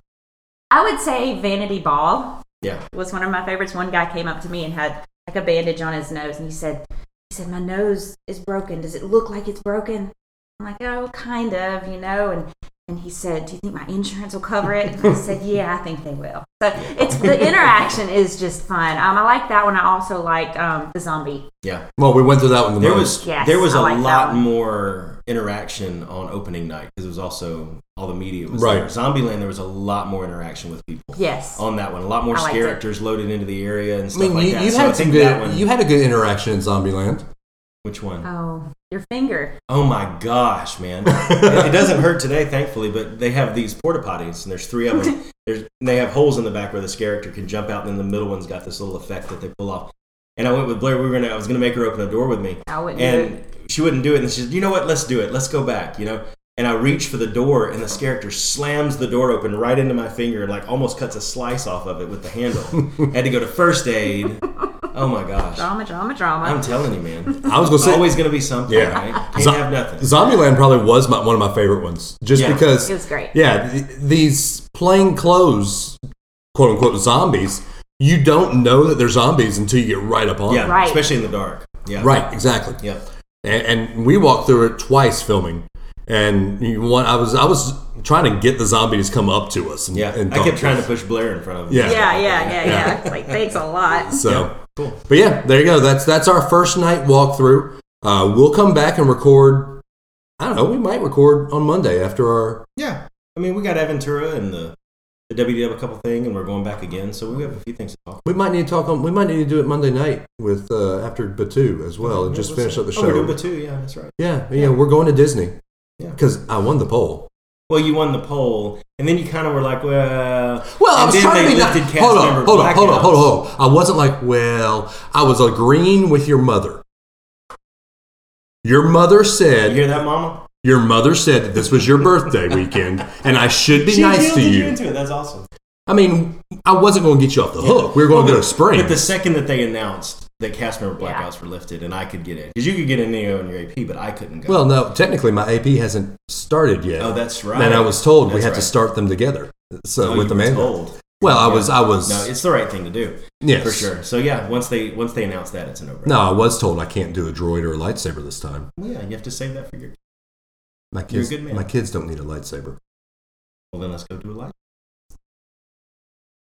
Speaker 4: I would say Vanity Ball
Speaker 3: Yeah.
Speaker 4: was one of my favorites. One guy came up to me and had like a bandage on his nose, and he said, "He said my nose is broken. Does it look like it's broken?" I'm like, "Oh, kind of, you know." And and he said, "Do you think my insurance will cover it?" And I said, "Yeah, I think they will." So it's the interaction is just fun. Um, I like that one. I also liked um, the zombie.
Speaker 3: Yeah.
Speaker 2: Well, we went through that one the
Speaker 3: There
Speaker 2: most.
Speaker 3: was
Speaker 4: Yes,
Speaker 3: there was
Speaker 4: I
Speaker 3: a
Speaker 4: like that
Speaker 3: lot
Speaker 4: one.
Speaker 3: more interaction on opening night because it was also all the media was
Speaker 2: Right.
Speaker 3: there. Zombieland there was a lot more interaction with people.
Speaker 4: Yes.
Speaker 3: On that one, a lot more
Speaker 4: I liked it.
Speaker 3: characters loaded into the area and
Speaker 2: I
Speaker 3: stuff
Speaker 2: mean,
Speaker 3: like
Speaker 2: you,
Speaker 3: that.
Speaker 2: you
Speaker 3: so I
Speaker 2: had some
Speaker 3: think
Speaker 2: good.
Speaker 3: that one.
Speaker 2: You had a good interaction in Zombieland.
Speaker 3: which one?
Speaker 4: Oh, your finger.
Speaker 3: Oh my gosh, man! it, it doesn't hurt today, thankfully. But they have these porta potties, and there's three of them. There's and they have holes in the back where this character can jump out, and then the middle one's got this little effect that they pull off. And I went with Blair. We were gonna. I was gonna make her open a door with me,
Speaker 4: I wouldn't. do it.
Speaker 3: and she wouldn't do it. And she said, "You know what? Let's do it. Let's go back." You know. And I reach for the door, and this character slams the door open right into my finger, and like almost cuts a slice off of it with the handle. Had to go to first aid. Oh my gosh!
Speaker 4: drama, drama, drama.
Speaker 3: I'm telling you, man.
Speaker 2: I was going to
Speaker 3: It's
Speaker 2: say
Speaker 3: always gonna be something.
Speaker 2: Yeah.
Speaker 3: Right? Can't
Speaker 2: Zo-
Speaker 3: have nothing.
Speaker 2: Zombieland probably was my, one of my favorite ones, just
Speaker 3: Yeah.
Speaker 2: because
Speaker 4: It was great.
Speaker 2: Yeah, th- these plain clothes, quote unquote zombies. You don't know that they're zombies until you get right up on
Speaker 3: Yeah,
Speaker 2: them.
Speaker 4: Right.
Speaker 3: especially in the dark. Yeah.
Speaker 2: Right, exactly.
Speaker 3: Yeah.
Speaker 2: and, and we walked through it twice filming. And you want, I was I was trying to get the zombies to come up to us. And,
Speaker 3: Yeah.
Speaker 2: and
Speaker 3: I
Speaker 2: talk
Speaker 3: kept trying to
Speaker 2: us.
Speaker 3: push Blair in front of him.
Speaker 2: Yeah.
Speaker 4: yeah, yeah, yeah, yeah. It's like thanks a lot.
Speaker 2: So,
Speaker 3: Cool.
Speaker 2: but yeah, there you go. That's that's our first night walkthrough. Uh, we'll come back and record. I don't know. We might record on Monday after our.
Speaker 3: Yeah. I mean, we got Aventura and the the WDW couple thing, and we're going back again, so we have a few things to talk.
Speaker 2: We might need to talk on. We might need to do it Monday night with uh, after Batu as well, and just
Speaker 3: What's
Speaker 2: finish
Speaker 3: that?
Speaker 2: up the
Speaker 3: Oh, we're doing
Speaker 2: show.
Speaker 3: Batu. Yeah, that's right.
Speaker 2: Yeah, yeah, we're going to Disney.
Speaker 3: Yeah.
Speaker 2: because I won the poll.
Speaker 3: Well, you won the poll, and then you kind of were like, well.
Speaker 2: Well,
Speaker 3: and
Speaker 2: I was
Speaker 3: then
Speaker 2: trying
Speaker 3: they
Speaker 2: to be
Speaker 3: lifted
Speaker 2: not-
Speaker 3: cast
Speaker 2: hold on,
Speaker 3: member
Speaker 2: hold on, hold on,
Speaker 3: blackouts.
Speaker 2: hold on, hold on. I wasn't like, well, I was agreeing with your mother. Your mother
Speaker 3: You
Speaker 2: said
Speaker 3: hear that, Mama?
Speaker 2: your mother said that this was your birthday weekend, and I should be nice to
Speaker 3: guilted
Speaker 2: you.
Speaker 3: into it. That's awesome.
Speaker 2: I mean, I wasn't going to get you off the hook. We were going to go to spring.
Speaker 3: But the second that they announced that cast member blackouts were lifted, and I could get in because you could get in any on your AP, but I couldn't go.
Speaker 2: well, no, technically my AP hasn't started yet.
Speaker 3: Oh, that's right.
Speaker 2: And I was told we
Speaker 3: That's
Speaker 2: had to
Speaker 3: right.
Speaker 2: start them together. So
Speaker 3: Oh,
Speaker 2: with
Speaker 3: you
Speaker 2: the
Speaker 3: were
Speaker 2: man.
Speaker 3: told.
Speaker 2: Well, I
Speaker 3: Yeah.
Speaker 2: was, I was,
Speaker 3: No, it's the right thing to do.
Speaker 2: yes.
Speaker 3: for sure. So yeah, once they once they announce that, it's an over.
Speaker 2: No, I was told I can't do a droid or a lightsaber this time.
Speaker 3: Well, yeah, you have to save that for your.
Speaker 2: My
Speaker 3: You're a
Speaker 2: kids,
Speaker 3: good man.
Speaker 2: my kids don't need a lightsaber.
Speaker 3: Well, then let's go do a light.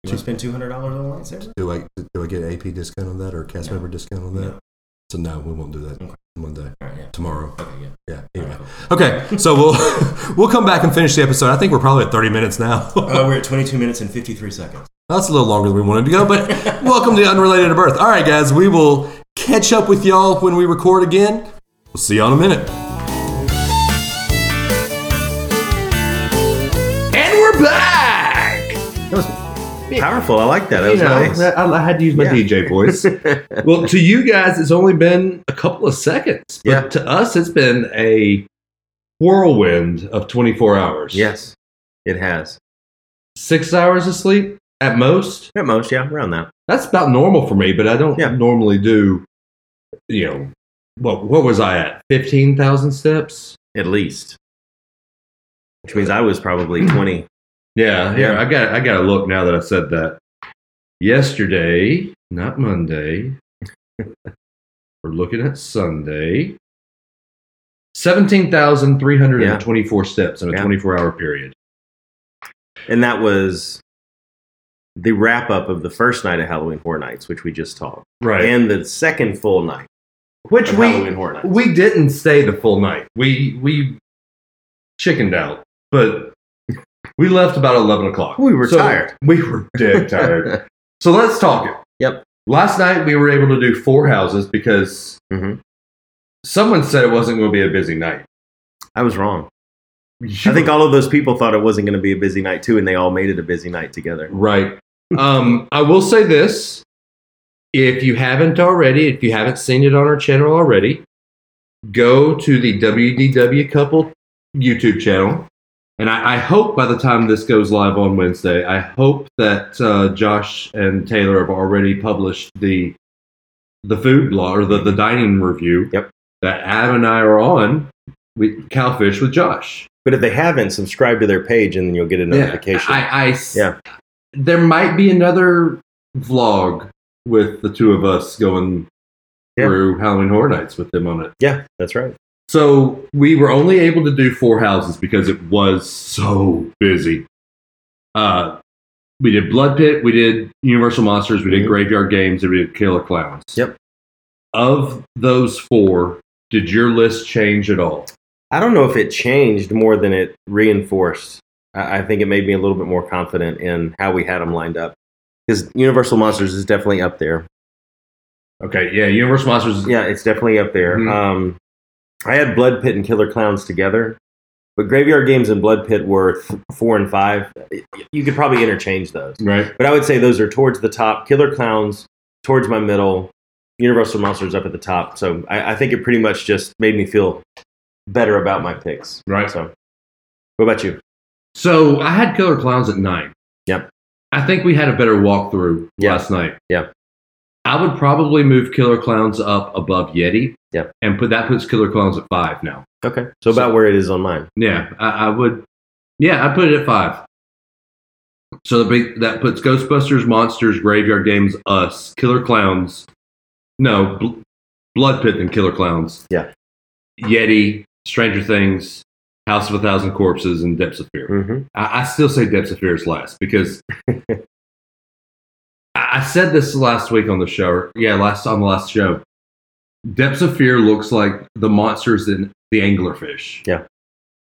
Speaker 3: You want to spend two hundred dollars on a lightsaber?
Speaker 2: Do I do I get an AP discount on that or a cast
Speaker 3: No.
Speaker 2: member discount on that?
Speaker 3: No.
Speaker 2: So no, we won't do that
Speaker 3: Okay.
Speaker 2: one day.
Speaker 3: All right, yeah.
Speaker 2: Tomorrow.
Speaker 3: Okay, yeah.
Speaker 2: Yeah.
Speaker 3: All
Speaker 2: Anyway.
Speaker 3: right, cool.
Speaker 2: Okay. So we'll we'll come back and finish the episode. I think we're probably at thirty minutes now.
Speaker 3: Uh, we're at twenty-two minutes and fifty-three seconds.
Speaker 2: That's a little longer than we wanted to go, but welcome to Unrelated to Birth. All right, guys, we will catch up with y'all when we record again. We'll see y'all in a minute. And we're back.
Speaker 3: Powerful. I like that. That was
Speaker 2: I, I had to use my DJ voice. well, to you guys, it's only been a couple of seconds. But
Speaker 3: Yeah.
Speaker 2: to us, it's been a whirlwind of 24 hours.
Speaker 3: Yes, it has.
Speaker 2: Six hours of sleep at most.
Speaker 3: At most, yeah, around that.
Speaker 2: That's about normal for me, but I don't
Speaker 3: Yeah.
Speaker 2: normally do, you know, what, what was I at? 15,000 steps?
Speaker 3: At least. Which means I was probably twenty.
Speaker 2: Yeah, yeah.
Speaker 3: Yeah.
Speaker 2: I got I got to look now that I said that. Yesterday, not Monday. we're looking at Sunday. Seventeen thousand three hundred and twenty-four steps in a
Speaker 6: Yeah.
Speaker 2: twenty-four hour period.
Speaker 6: And that was the wrap up of the first night of Halloween Horror Nights, which we just talked,
Speaker 2: Right,
Speaker 6: and the second full night
Speaker 2: which
Speaker 6: of
Speaker 2: we
Speaker 6: Halloween Horror Nights.
Speaker 2: we didn't stay the full night. We we chickened out, but we left about eleven o'clock.
Speaker 6: We were
Speaker 2: So,
Speaker 6: tired.
Speaker 2: We were dead tired. So let's talk it.
Speaker 6: Yep.
Speaker 2: Last night we were able to do four houses because
Speaker 6: Mhm.
Speaker 2: someone said it wasn't going to be a busy night.
Speaker 6: I was wrong. I think all of those people thought it wasn't going to be a busy night too, and they all made it a busy night together.
Speaker 2: right. um, I will say this: if you haven't already, if you haven't seen it on our channel already, go to the WDW couple YouTube channel. And I, I hope by the time this goes live on Wednesday, I hope that uh, Josh and Taylor have already published the the food blog or the, the dining review
Speaker 6: Yep.
Speaker 2: that Ab and I are on with Cowfish with Josh.
Speaker 3: But if they haven't, subscribe to their page and then you'll get a notification.
Speaker 7: Yeah, I, I s-
Speaker 3: Yeah.
Speaker 7: There might be another vlog with the two of us going
Speaker 3: Yeah.
Speaker 7: through Halloween Horror Nights with them on it.
Speaker 3: yeah, that's right.
Speaker 7: So we were only able to do four houses because it was so busy. Uh, we did Blood Pit, we did Universal Monsters, we did
Speaker 3: Mhm.
Speaker 7: Graveyard Games, and we did Killer Clowns.
Speaker 3: Yep.
Speaker 7: Of those four, did your list change at all?
Speaker 3: I don't know if it changed more than it reinforced. I, I think it made me a little bit more confident in how we had them lined up. Because Universal Monsters is definitely up there.
Speaker 7: Okay, yeah, Universal Monsters.
Speaker 3: Yeah, it's definitely up there.
Speaker 7: Mhm.
Speaker 3: Um, I had Blood Pit and Killer Clowns together, but Graveyard Games and Blood Pit were th- four and five. You could probably interchange those.
Speaker 7: Right.
Speaker 3: But I would say those are towards the top. Killer Clowns towards my middle. Universal Monsters up at the top. So I, I think it pretty much just made me feel better about my picks.
Speaker 7: Right.
Speaker 3: So what about you?
Speaker 7: So I had Killer Clowns at nine.
Speaker 3: Yep.
Speaker 7: I think we had a better walkthrough
Speaker 3: Yeah.
Speaker 7: last night.
Speaker 3: Yeah.
Speaker 7: I would probably move Killer Clowns up above Yeti.
Speaker 3: Yep.
Speaker 7: And put that puts Killer Clowns at five now.
Speaker 3: Okay. So about where it is on mine.
Speaker 7: Yeah, I, I would. Yeah, I put it at five. So the big, that puts Ghostbusters, Monsters, Graveyard Games, Us, Killer Clowns. No, Bl- Blood Pit and Killer Clowns.
Speaker 3: Yeah.
Speaker 7: Yeti, Stranger Things, House of a Thousand Corpses, and Depths of Fear.
Speaker 3: Mm-hmm.
Speaker 7: I, I still say Depths of Fear is last because I, I said this last week on the show. Or, yeah, last on the last show. Depths of Fear looks like the monsters in the anglerfish.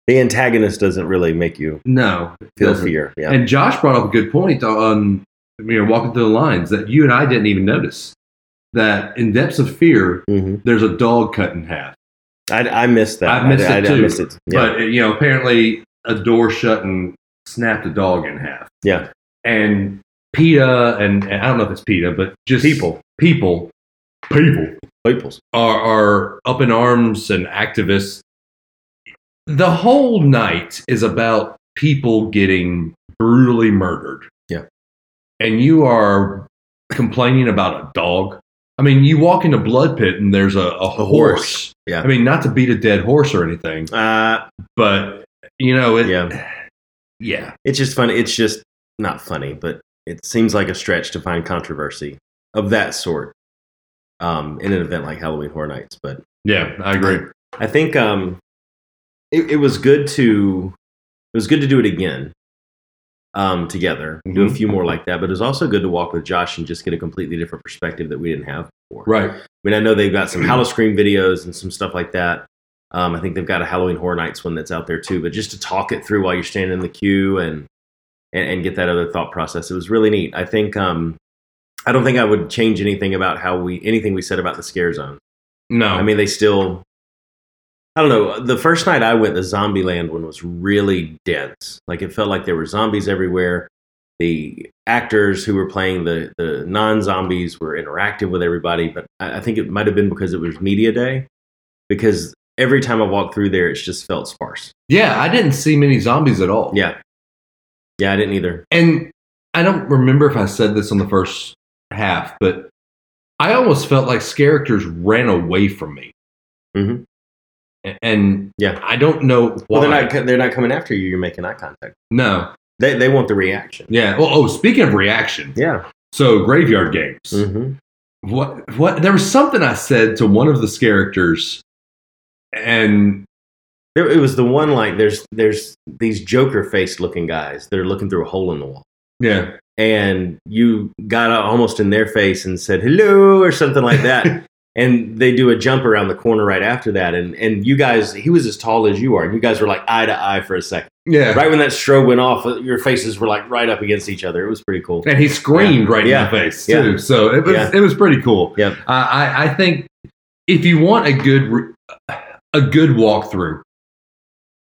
Speaker 3: The antagonist doesn't really make you
Speaker 7: No, it
Speaker 3: feel
Speaker 7: doesn't.
Speaker 3: fear. Yeah.
Speaker 7: And Josh brought up a good point uh, um, on you know walking through the lines that you and I didn't even notice that in Depths of Fear
Speaker 3: hmm
Speaker 7: there's a dog cut in half.
Speaker 3: I, I missed that.
Speaker 7: I missed it too,
Speaker 3: missed it. Yeah.
Speaker 7: But you know, apparently a door shut and snapped a dog in half.
Speaker 3: Yeah.
Speaker 7: And PETA and, and I don't know if it's PETA, but just
Speaker 3: People.
Speaker 7: people, people
Speaker 3: Peoples.
Speaker 7: are are up in arms and activists. The whole night is about people getting brutally murdered.
Speaker 3: Yeah.
Speaker 7: And you are complaining about a dog. I mean, you walk into Blood Pit and there's a, a,
Speaker 3: horse.
Speaker 7: horse.
Speaker 3: Yeah.
Speaker 7: I mean, not to beat a dead horse or anything,
Speaker 3: Uh,
Speaker 7: but you know it
Speaker 3: Yeah.
Speaker 7: yeah
Speaker 3: it's just funny. It's just not funny, but it seems like a stretch to find controversy of that sort um, in an event like Halloween Horror Nights. But
Speaker 7: yeah i agree
Speaker 3: I think um, it, it was good to it was good to do it again um, together, do a
Speaker 7: Mhm.
Speaker 3: few more like that. But it was also good to walk with Josh and just get a completely different perspective that we didn't have before.
Speaker 7: right
Speaker 3: I mean, I know they've got some Halloween Scream videos and some stuff like that. Um, I think they've got a Halloween Horror Nights one that's out there too. But just to talk it through while you're standing in the queue and and, and get that other thought process, it was really neat. I think um, I don't think I would change anything about how we anything we said about the scare zone.
Speaker 7: no
Speaker 3: I mean, they still. I don't know. The first night I went, the Zombieland one was really dense. Like it felt like there were zombies everywhere. The actors who were playing the, the non zombies were interactive with everybody, but I, I think it might have been because it was media day. Because every time I walked through there, it's just felt sparse.
Speaker 7: yeah i didn't see many zombies at all
Speaker 3: Yeah, yeah, I didn't either.
Speaker 7: and i don't remember if i said this on the first half but i almost felt like characters ran away from me
Speaker 3: Mhm.
Speaker 7: A- and
Speaker 3: Yeah.
Speaker 7: i don't know why
Speaker 3: Well, they're not co- they're not coming after you. You're making eye contact.
Speaker 7: no
Speaker 3: They they want the reaction.
Speaker 7: yeah well oh speaking of reaction
Speaker 3: Yeah.
Speaker 7: so graveyard games
Speaker 3: hmm
Speaker 7: what what there was something i said to one of the characters and
Speaker 3: There, it was the one like there's there's these Joker faced looking guys that are looking through a hole in the wall,
Speaker 7: yeah
Speaker 3: and you got out almost in their face and said hello or something like that, and they do a jump around the corner right after that, and and you guys he was as tall as you are, and you guys were like eye to eye for a second.
Speaker 7: yeah
Speaker 3: Right when that strobe went off, uh, your faces were like right up against each other. It was pretty cool.
Speaker 7: and he screamed right
Speaker 3: Yeah.
Speaker 7: in the face
Speaker 3: Yeah.
Speaker 7: too. So it was
Speaker 3: Yeah.
Speaker 7: it was pretty cool.
Speaker 3: Yep.
Speaker 7: Uh, I I think if you want a good re- a good walkthrough,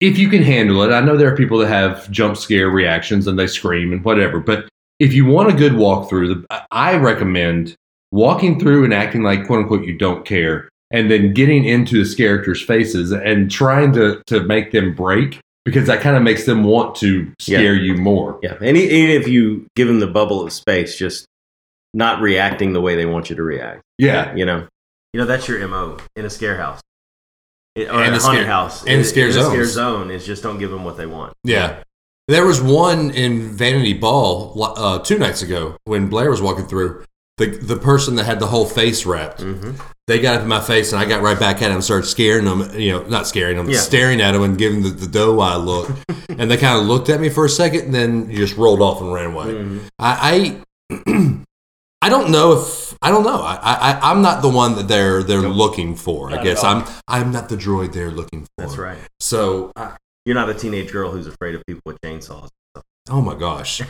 Speaker 7: if you can handle it, I know there are people that have jump scare reactions and they scream and whatever. But if you want a good walkthrough, the, I recommend walking through and acting like quote unquote you don't care, and then getting into this character's faces and trying to to make them break because that kind of makes them want to
Speaker 3: Yeah.
Speaker 7: scare you more.
Speaker 3: Yeah, and e- even if you give them the bubble of space, just not reacting the way they want you to react.
Speaker 7: Yeah.
Speaker 3: you know. You know that's your mo in a scare house. It- or
Speaker 2: And
Speaker 3: a
Speaker 2: the
Speaker 3: haunted
Speaker 2: scare-
Speaker 3: house
Speaker 2: and the
Speaker 3: It-
Speaker 2: scare
Speaker 3: the scare
Speaker 2: zones.
Speaker 3: zone is just don't give them what they want.
Speaker 2: Yeah. There was one in Vanity Ball uh, two nights ago when Blair was walking through. The, the person that had the whole face wrapped,
Speaker 8: Mm-hmm.
Speaker 2: they got up in my face and I got right back at him and started scaring them. You know, not scaring them,
Speaker 3: Yeah.
Speaker 2: staring at them and giving the, the doe eye look. and they kind of looked at me for a second and then just rolled off and ran away.
Speaker 8: Mm-hmm.
Speaker 2: I, I, I don't know if I don't know. I, I I'm not the one that they're they're looking for. I
Speaker 8: at
Speaker 2: guess
Speaker 8: all.
Speaker 2: I'm I'm not the droid they're looking for.
Speaker 3: That's right.
Speaker 2: So
Speaker 3: You're not a teenage girl who's afraid of people with chainsaws.
Speaker 2: Oh my gosh.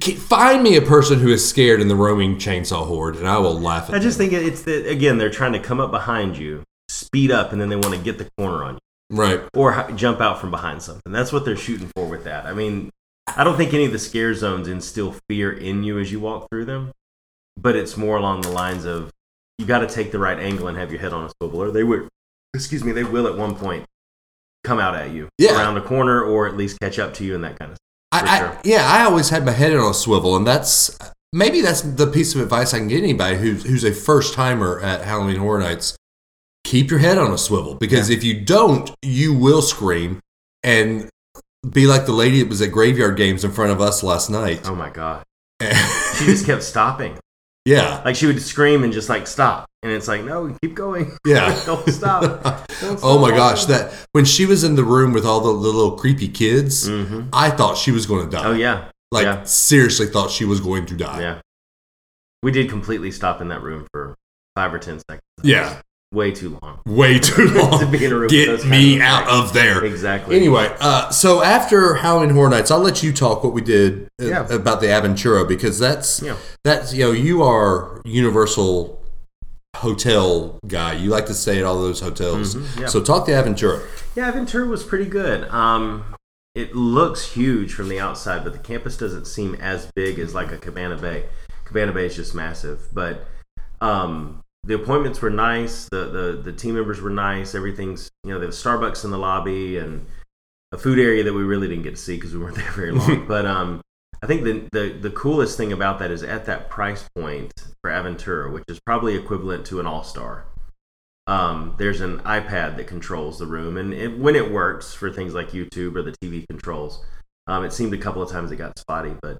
Speaker 2: Ki- Find me a person who is scared in the roaming chainsaw horde, and I will laugh at
Speaker 3: I just
Speaker 2: them.
Speaker 3: think it's that again they're trying to come up behind you, speed up, and then they want to get the corner on you
Speaker 2: right.
Speaker 3: or h- jump out from behind something. That's what they're shooting for with that. I mean, I don't think any of the scare zones instill fear in you as you walk through them, but it's more along the lines of you got to take the right angle and have your head on a swivel, or they would, excuse me, they will at one point come out at you
Speaker 2: Yeah.
Speaker 3: around a corner or at least catch up to you and that kind of.
Speaker 2: I,
Speaker 3: For
Speaker 2: I-
Speaker 3: sure.
Speaker 2: yeah, I always had my head on a swivel, and that's maybe that's the piece of advice I can get anybody who's who's a first timer at Halloween Horror Nights. Keep your head on a swivel because if you don't, you will scream and be like the lady that was at Graveyard Games in front of us last night.
Speaker 3: Oh my god, she just kept stopping.
Speaker 2: yeah,
Speaker 3: Like she would scream and just like stop, and it's like no, keep going.
Speaker 2: yeah.
Speaker 3: Don't stop.
Speaker 2: Oh my gosh, that when she was in the room with all the, the little creepy kids,
Speaker 3: hmm
Speaker 2: I thought she was going to die.
Speaker 3: Oh yeah,
Speaker 2: like
Speaker 3: yeah.
Speaker 2: seriously thought she was going to die.
Speaker 3: yeah. We did completely stop in that room for five or ten seconds.
Speaker 2: Yeah,
Speaker 3: Way too long.
Speaker 2: way too long.
Speaker 3: To be in a room with those
Speaker 2: Get
Speaker 3: kind
Speaker 2: me
Speaker 3: of
Speaker 2: out of there.
Speaker 3: Exactly.
Speaker 2: Anyway, uh, so after Halloween Horror Nights, I'll let you talk what we did uh,
Speaker 3: Yeah.
Speaker 2: about the Aventura because that's
Speaker 3: Yeah.
Speaker 2: that's you know you are Universal hotel guy. You like to stay at all those hotels.
Speaker 3: Mm-hmm, yeah.
Speaker 2: So talk the Aventura.
Speaker 3: Yeah, Ventura was pretty good. Um, it looks huge from the outside, but the campus doesn't seem as big as like a Cabana Bay. Cabana Bay is just massive, but um, the appointments were nice. The, the the team members were nice. Everything's you know there was Starbucks in the lobby and a food area that we really didn't get to see because we weren't there very long. but um, I think the, the the coolest thing about that is at that price point for Aventura, which is probably equivalent to an All Star um, there's an iPad that controls the room, and it, when it works for things like YouTube or the TV controls, um, it seemed a couple of times it got spotty, but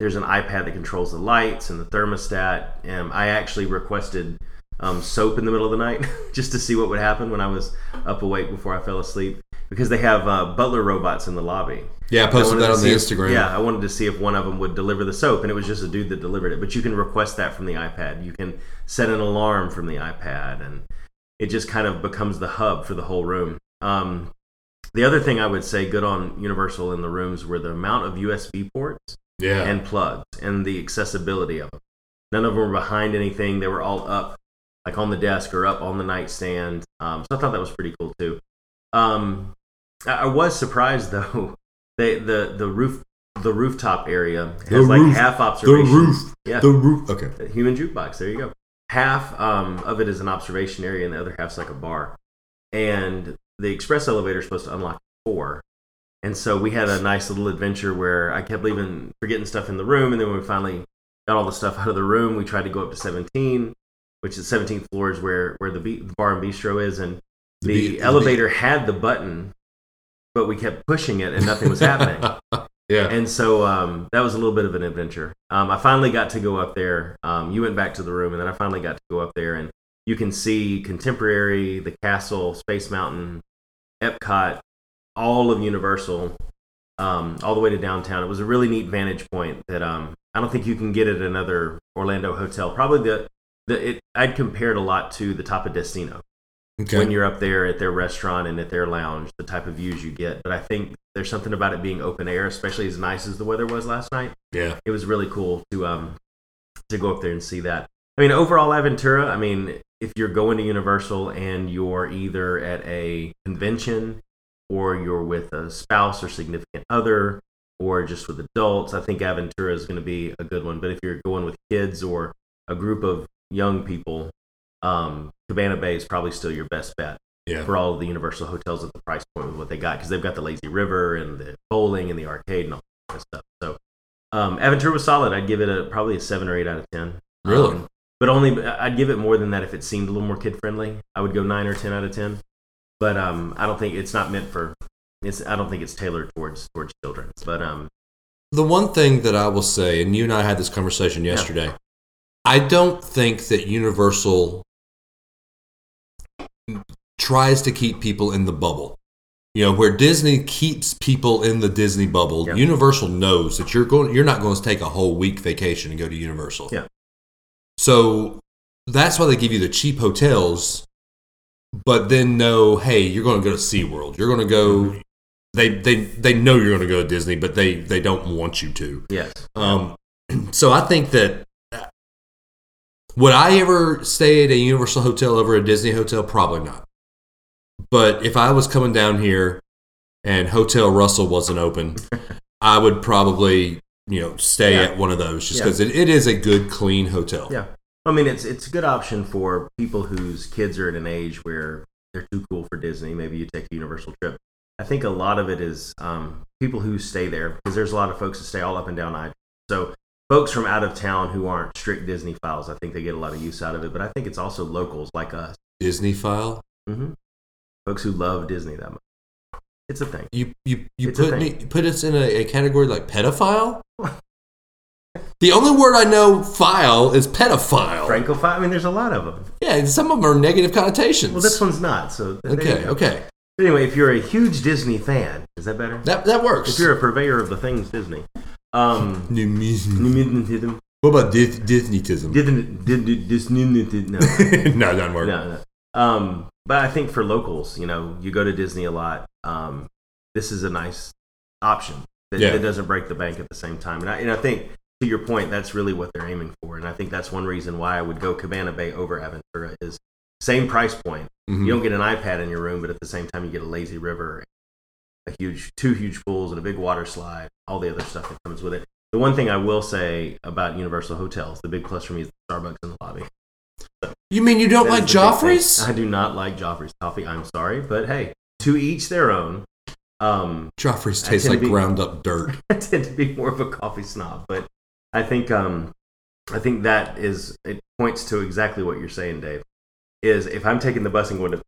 Speaker 3: there's an iPad that controls the lights and the thermostat. And I actually requested um, soap in the middle of the night just to see what would happen when I was up awake before I fell asleep because they have uh, butler robots in the lobby.
Speaker 2: Yeah, I posted
Speaker 3: I wanted
Speaker 2: that
Speaker 3: to
Speaker 2: on the
Speaker 3: see if-
Speaker 2: Instagram.
Speaker 3: yeah, I wanted to see if one of them would deliver the soap, and it was just a dude that delivered it. But you can request that from the iPad. You can set an alarm from the iPad, and it just kind of becomes the hub for the whole room. Um, the other thing I would say, good on Universal in the rooms, were the amount of USB ports
Speaker 2: yeah.
Speaker 3: and plugs and the accessibility of them. None of them were behind anything. They were all up, like on the desk or up on the nightstand. Um, so I thought that was pretty cool too. Um, I, I was surprised though. They, the the roof the rooftop area has
Speaker 2: The
Speaker 3: like
Speaker 2: roof.
Speaker 3: half
Speaker 2: the
Speaker 3: observation.
Speaker 2: roof.
Speaker 3: Yeah.
Speaker 2: The roof. Okay.
Speaker 3: The human jukebox. There you go. Half um, of it is an observation area, and the other half's like a bar. And the express elevator is supposed to unlock at four. And so we had a nice little adventure where I kept leaving, forgetting stuff in the room, and then when we finally got all the stuff out of the room, we tried to go up to 17, which is 17th floor is where where the, be- bar and bistro is, and the,
Speaker 2: be- the be-
Speaker 3: elevator had the button, but we kept pushing it, and nothing was happening.
Speaker 2: Yeah.
Speaker 3: And so um, that was a little bit of an adventure. Um, I finally got to go up there. Um, you went back to the room, and then I finally got to go up there, and you can see Contemporary, the Castle, Space Mountain, Epcot, all of Universal, um, all the way to downtown. It was a really neat vantage point that um, I don't think you can get at another Orlando hotel. Probably the the it, I'd compared a lot to the top of Destino
Speaker 2: Okay.
Speaker 3: when you're up there at their restaurant and at their lounge, the type of views you get. But I think there's something about it being open air, especially as nice as the weather was last night.
Speaker 2: yeah.
Speaker 3: It was really cool to um to go up there and see that. I mean, overall, Aventura. I mean, if you're going to Universal and you're either at a convention or you're with a spouse or significant other or just with adults, I think Aventura is going to be a good one. But if you're going with kids or a group of young people, um, Cabana Bay is probably still your best bet
Speaker 2: Yeah.
Speaker 3: for all of the Universal hotels at the price point with what they got because they've got the Lazy River and the bowling and the arcade and all that kind of stuff. So, um, Aventura was solid. I'd give it a probably a seven or eight out of ten.
Speaker 2: Really?
Speaker 3: Um, but only I'd give it more than that if it seemed a little more kid friendly. I would go nine or ten out of ten, but um, I don't think it's not meant for. It's I don't think it's tailored towards towards children. But um,
Speaker 2: The one thing that I will say, and you and I had this conversation yesterday, I don't think that Universal tries to keep people in the bubble. You know, where Disney keeps people in the Disney bubble,
Speaker 3: Yeah.
Speaker 2: Universal knows that you're going you're not going to take a whole week vacation and go to Universal.
Speaker 3: Yeah.
Speaker 2: So that's why they give you the cheap hotels, but then know, hey, you're going to go to SeaWorld. You're going to
Speaker 3: Mm-hmm.
Speaker 2: go they they they know you're going to go to Disney, but they they don't want you to.
Speaker 3: yes,
Speaker 2: Um, so I think that uh, would I ever stay at a Universal hotel over a Disney hotel? Probably not. But if I was coming down here and Hotel Russell wasn't open, I would probably you know stay
Speaker 3: Yeah.
Speaker 2: at one of those just
Speaker 3: Yeah.
Speaker 2: because it, it is a good, clean hotel.
Speaker 3: yeah. I mean, it's it's a good option for people whose kids are at an age where they're too cool for Disney. Maybe you take a Universal trip. I think a lot of it is um, people who stay there because there's a lot of folks that stay all up and down I. So folks from out of town who aren't strict Disney files, I think they get a lot of use out of it. But I think it's also locals like us.
Speaker 2: Disney file.
Speaker 3: Mm-hmm. Folks who love Disney that much. It's a thing.
Speaker 2: You you you
Speaker 3: It's a
Speaker 2: put me
Speaker 3: thing.
Speaker 2: you put us in a, a category like pedophile. the only word I know file is pedophile.
Speaker 3: Francophile. I mean, there's a lot of them.
Speaker 2: Yeah, and some of them are negative connotations.
Speaker 3: Well, this one's not. So th- there you
Speaker 2: okay,
Speaker 3: go.
Speaker 2: okay,
Speaker 3: But anyway, if you're a huge Disney fan, is that better?
Speaker 2: that that works.
Speaker 3: If you're a purveyor of the things Disney, um,
Speaker 2: Numism-
Speaker 3: Disney,
Speaker 2: what about dis- Disneytism?
Speaker 3: Disney, no,
Speaker 2: no, doesn't work.
Speaker 3: no, no. Um, but I think for locals, you know, you go to Disney a lot. Um, this is a nice option that,
Speaker 2: Yeah.
Speaker 3: that doesn't break the bank at the same time. And I, and I think to your point, that's really what they're aiming for. And I think that's one reason why I would go Cabana Bay over Aventura is same price point.
Speaker 2: Mhm.
Speaker 3: You don't get an iPad in your room, but at the same time, you get a lazy river, a huge, two huge pools, and a big water slide. All the other stuff that comes with it. The one thing I will say about Universal hotels, the big plus for me is Starbucks in the lobby.
Speaker 2: You mean you don't
Speaker 3: That
Speaker 2: like
Speaker 3: is the big thing.
Speaker 2: Joffrey's?
Speaker 3: I do not like Joffrey's coffee. I'm sorry, but hey, to each their own. Um,
Speaker 2: Joffrey's
Speaker 3: I
Speaker 2: tastes
Speaker 3: tend
Speaker 2: like
Speaker 3: to be-
Speaker 2: ground up dirt.
Speaker 3: I tend to be more of a coffee snob, but I think um, I think that is it points to exactly what you're saying, Dave. Is if I'm taking the bus and going to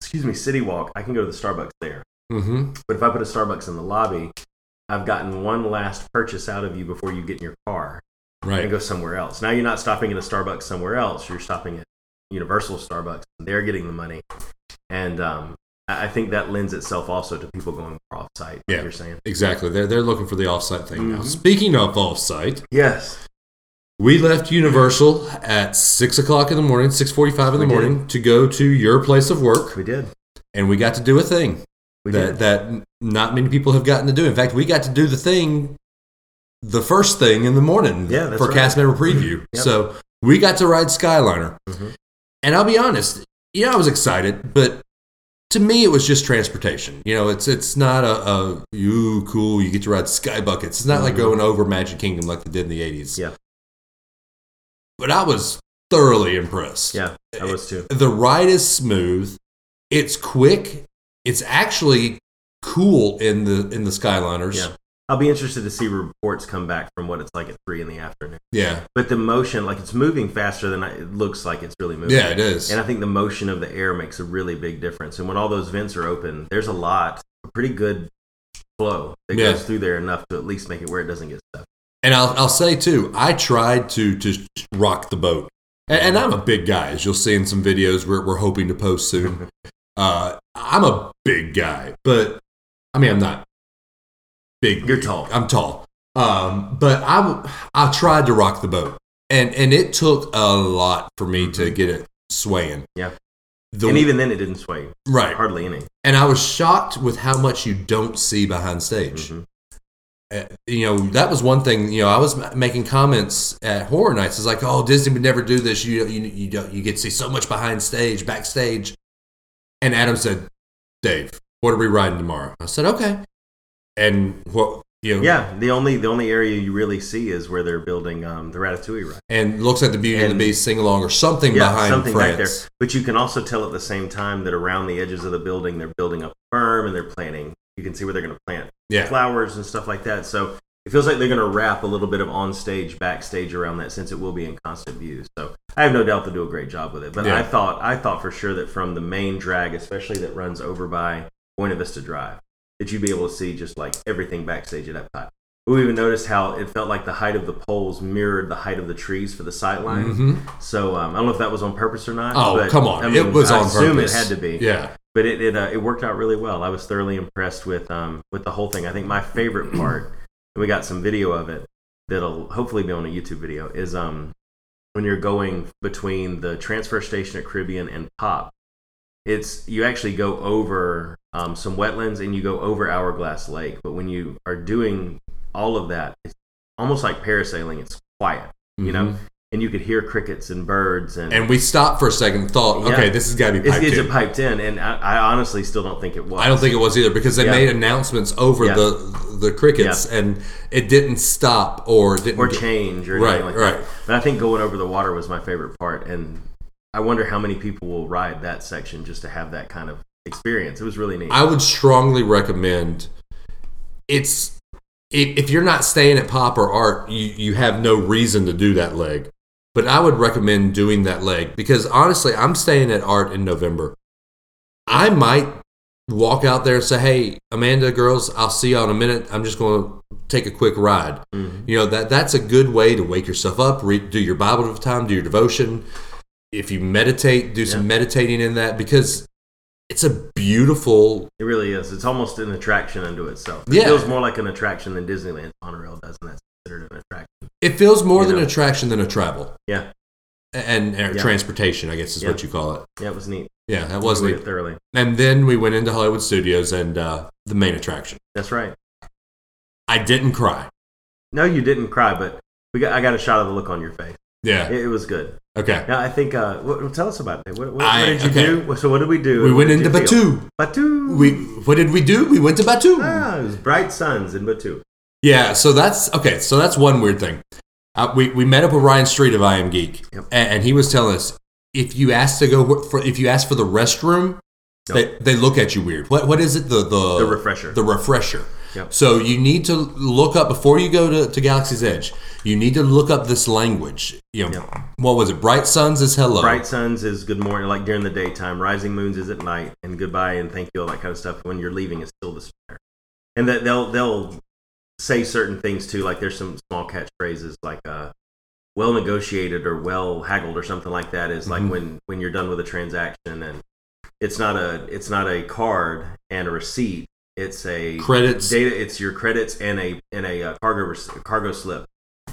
Speaker 3: excuse me City Walk, I can go to the Starbucks there.
Speaker 2: Mm-hmm.
Speaker 3: But if I put a Starbucks in the lobby, I've gotten one last purchase out of you before you get in your car and
Speaker 2: Right.
Speaker 3: go somewhere else. Now you're not stopping at a Starbucks somewhere else. You're stopping at Universal Starbucks. And they're getting the money, and um, I I think that lends itself also to people going off site. Like
Speaker 2: Yeah.
Speaker 3: you're saying
Speaker 2: Exactly. They're they're looking for the offsite thing now.
Speaker 3: Mhm.
Speaker 2: Speaking of offsite,
Speaker 3: yes,
Speaker 2: we left Universal at six o'clock in the morning, six forty-five in the
Speaker 3: We did.
Speaker 2: morning, to go to your place of work,
Speaker 3: we did.
Speaker 2: and we got to do a thing
Speaker 3: We
Speaker 2: that
Speaker 3: did.
Speaker 2: that not many people have gotten to do. In fact, we got to do the thing, the first thing in the morning
Speaker 3: Yeah, that's
Speaker 2: for
Speaker 3: right. Mm-hmm.
Speaker 2: cast member preview.
Speaker 3: Yep.
Speaker 2: So we got to ride Skyliner.
Speaker 3: Mhm.
Speaker 2: And I'll be honest, you know, I was excited, but to me, it was just transportation. You know, it's it's not a, a you cool. You get to ride sky buckets. It's not like going over Magic Kingdom like they did in the eighties.
Speaker 3: Mm-hmm. Yeah.
Speaker 2: But I was thoroughly impressed.
Speaker 3: Yeah, I was too.
Speaker 2: The ride is smooth. It's quick. It's actually cool in the in the Skyliners.
Speaker 3: Yeah. I'll be interested to see reports come back from what it's like at three in the afternoon.
Speaker 2: Yeah.
Speaker 3: But the motion, like it's moving faster than I, it looks like it's really moving.
Speaker 2: Yeah, it is.
Speaker 3: And I think the motion of the air makes a really big difference. And when all those vents are open, there's a lot, a pretty good flow that
Speaker 2: Yeah.
Speaker 3: goes through there enough to at least make it where it doesn't get stuck.
Speaker 2: And I'll, I'll say too, I tried to to rock the boat, and, and I'm a big guy, as you'll see in some videos we're we're hoping to post soon. Uh, I'm a big guy, but I mean I'm not big.
Speaker 3: You're tall.
Speaker 2: I'm tall. Um, but I w- I tried to rock the boat, and and it took a lot for me to get it swaying.
Speaker 3: Mm-hmm. Yeah.
Speaker 2: The,
Speaker 3: and even then, it didn't sway
Speaker 2: right,
Speaker 3: hardly any.
Speaker 2: and I was shocked with how much you don't see behind stage.
Speaker 3: Mhm.
Speaker 2: Uh, you know, that was one thing. You know, I was ma- making comments at horror nights. It's like, oh, Disney would never do this. You you you don't you get to see so much behind stage, backstage. And Adam said, Dave, what are we riding tomorrow? I said, okay. And what you know,
Speaker 3: Yeah, the only the only area you really see is where they're building um, the Ratatouille ride.
Speaker 2: and looks like the Beauty and,
Speaker 3: And-
Speaker 2: the Beast sing along or something behind France.
Speaker 3: But you can also tell at the same time that around the edges of the building, they're building up a firm and they're planting. You can see where they're going to plant
Speaker 2: Yeah,
Speaker 3: flowers and stuff like that. So It feels like they're going to wrap a little bit of on stage, backstage around that since it will be in constant view. So I have no doubt they'll do a great job with it. But
Speaker 2: Yeah.
Speaker 3: I thought I thought for sure that from the main drag, especially that runs over by Buena Vista Drive, that you'd be able to see just like everything backstage at Epcot. We even noticed how it felt like the height of the poles mirrored the height of the trees for the sight lines. So um, I don't know if that was on purpose or not.
Speaker 2: Mm-hmm. Oh,
Speaker 3: but,
Speaker 2: come on.
Speaker 3: I
Speaker 2: it
Speaker 3: mean,
Speaker 2: was
Speaker 3: I
Speaker 2: on
Speaker 3: assume
Speaker 2: purpose.
Speaker 3: it had to be
Speaker 2: Yeah.
Speaker 3: but it it, uh, it worked out really well. I was thoroughly impressed with um with the whole thing. I think my favorite part, and we got some video of it that'll hopefully be on a YouTube video, is um when you're going between the transfer station at Caribbean and Pop. It's you actually go over um, some wetlands and you go over Hourglass Lake, but when you are doing all of that, it's almost like parasailing. It's quiet, you know, and you could hear crickets and birds and
Speaker 2: And we stopped for a second and thought,
Speaker 3: Yeah.
Speaker 2: okay, this has got to be
Speaker 3: it's,
Speaker 2: piped
Speaker 3: it's
Speaker 2: in.
Speaker 3: a piped in, and I, I honestly still don't think it was.
Speaker 2: I don't think it was either because they
Speaker 3: Yeah.
Speaker 2: made announcements over
Speaker 3: Yeah.
Speaker 2: the the crickets and it didn't stop or it didn't
Speaker 3: or
Speaker 2: get-
Speaker 3: change or
Speaker 2: Right,
Speaker 3: anything like
Speaker 2: right.
Speaker 3: that. But I think going over the water was my favorite part, and I wonder how many people will ride that section just to have that kind of experience. It was really neat.
Speaker 2: I would strongly recommend it's if, if you're not staying at Pop or Art, you, you have no reason to do that leg. But I would recommend doing that leg because honestly, I'm staying at Art in November. I might walk out there and say, "Hey, Amanda, girls, I'll see you all in a minute. I'm just going to take a quick ride." You know that that's a good way to wake yourself up, re- do your Bible time, do your devotion. If you meditate, do some meditating in that because it's a beautiful
Speaker 3: it really is. It's almost an attraction unto itself. It
Speaker 2: Yeah.
Speaker 3: feels more like an attraction than Disneyland monorail does, and that's considered an attraction.
Speaker 2: It feels more
Speaker 3: You
Speaker 2: than
Speaker 3: know?
Speaker 2: a attraction than a travel
Speaker 3: Yeah,
Speaker 2: and, and
Speaker 3: Yeah.
Speaker 2: transportation, I guess is what
Speaker 3: Yeah.
Speaker 2: you call it.
Speaker 3: yeah, it was neat.
Speaker 2: Yeah, that
Speaker 3: I
Speaker 2: was
Speaker 3: enjoyed
Speaker 2: neat.
Speaker 3: it thoroughly.
Speaker 2: And then we went into Hollywood Studios and uh, the main attraction.
Speaker 3: That's right.
Speaker 2: I didn't cry.
Speaker 3: No, you didn't cry, but we got, I got a shot of the look on your face.
Speaker 2: Yeah.
Speaker 3: It, it was good.
Speaker 2: Okay.
Speaker 3: Now I think. Uh, what, tell us about it. What, what,
Speaker 2: I-
Speaker 3: what did you
Speaker 2: okay.
Speaker 3: do? So what did we do?
Speaker 2: We went
Speaker 3: What did
Speaker 2: into
Speaker 3: you feel?
Speaker 2: Batu.
Speaker 3: Batu.
Speaker 2: We what did we do? We went to Batu.
Speaker 3: Ah, it was bright suns in Batu.
Speaker 2: Yeah, so that's okay. So that's one weird thing. Uh, we we met up with Ryan Street of I Am Geek,
Speaker 3: Yep.
Speaker 2: a- and, he was telling us if you ask to go wh- for if you ask for the restroom,
Speaker 3: Yep.
Speaker 2: they, they look at you weird. What what is it? The the,
Speaker 3: The refresher.
Speaker 2: The refresher.
Speaker 3: Yep.
Speaker 2: So you need to look up before you go to, to Galaxy's Edge. You need to look up this language. You know,
Speaker 3: Yep.
Speaker 2: what was it? Bright Suns is hello.
Speaker 3: Bright suns is good morning, like during the daytime. Rising moons is at night, and goodbye and thank you, all that kind of stuff. When you're leaving, is still the spare. And that they'll they'll say certain things too, like there's some small catchphrases like uh, "well negotiated" or "well haggled" or something like that. Is like when when you're done with a transaction, and it's not a it's not a card and a receipt. It's a
Speaker 2: Credits.
Speaker 3: data. It's your credits and a and a uh, cargo rec- cargo slip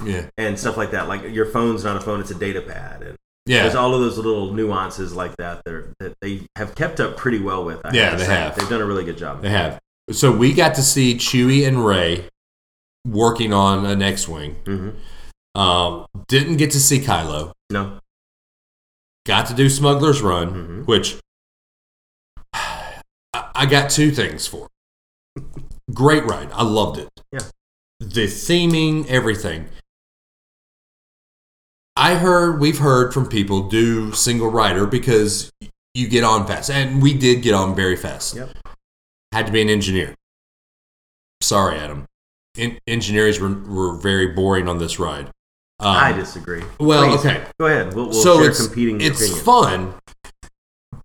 Speaker 2: Yeah,
Speaker 3: and stuff like that. Like your phone's not a phone; it's a data pad. And there's
Speaker 2: yeah.
Speaker 3: all of those little nuances like that that, are, that they have kept up pretty well with. I
Speaker 2: Yeah,
Speaker 3: to
Speaker 2: they
Speaker 3: say.
Speaker 2: have.
Speaker 3: They've done a really good job.
Speaker 2: They have. So we got to see Chewie and Ray working on an X-wing.
Speaker 3: hmm
Speaker 2: Um, didn't get to see Kylo.
Speaker 3: No,
Speaker 2: Um, got to do Smuggler's Run,
Speaker 3: Mhm.
Speaker 2: which I, I got two things for. it. Great ride. I loved it.
Speaker 3: Yeah.
Speaker 2: The theming, everything. I heard, we've heard from people do single rider because you get on fast. And we did get on very fast.
Speaker 3: Yep.
Speaker 2: Had to be an engineer. Sorry, Adam. En- engineers were, were very boring on this ride. Um,
Speaker 3: I disagree.
Speaker 2: Well,
Speaker 3: Please,
Speaker 2: okay
Speaker 3: Go ahead. We'll, we'll
Speaker 2: so
Speaker 3: share
Speaker 2: it's
Speaker 3: competing
Speaker 2: it's
Speaker 3: opinions.
Speaker 2: fun,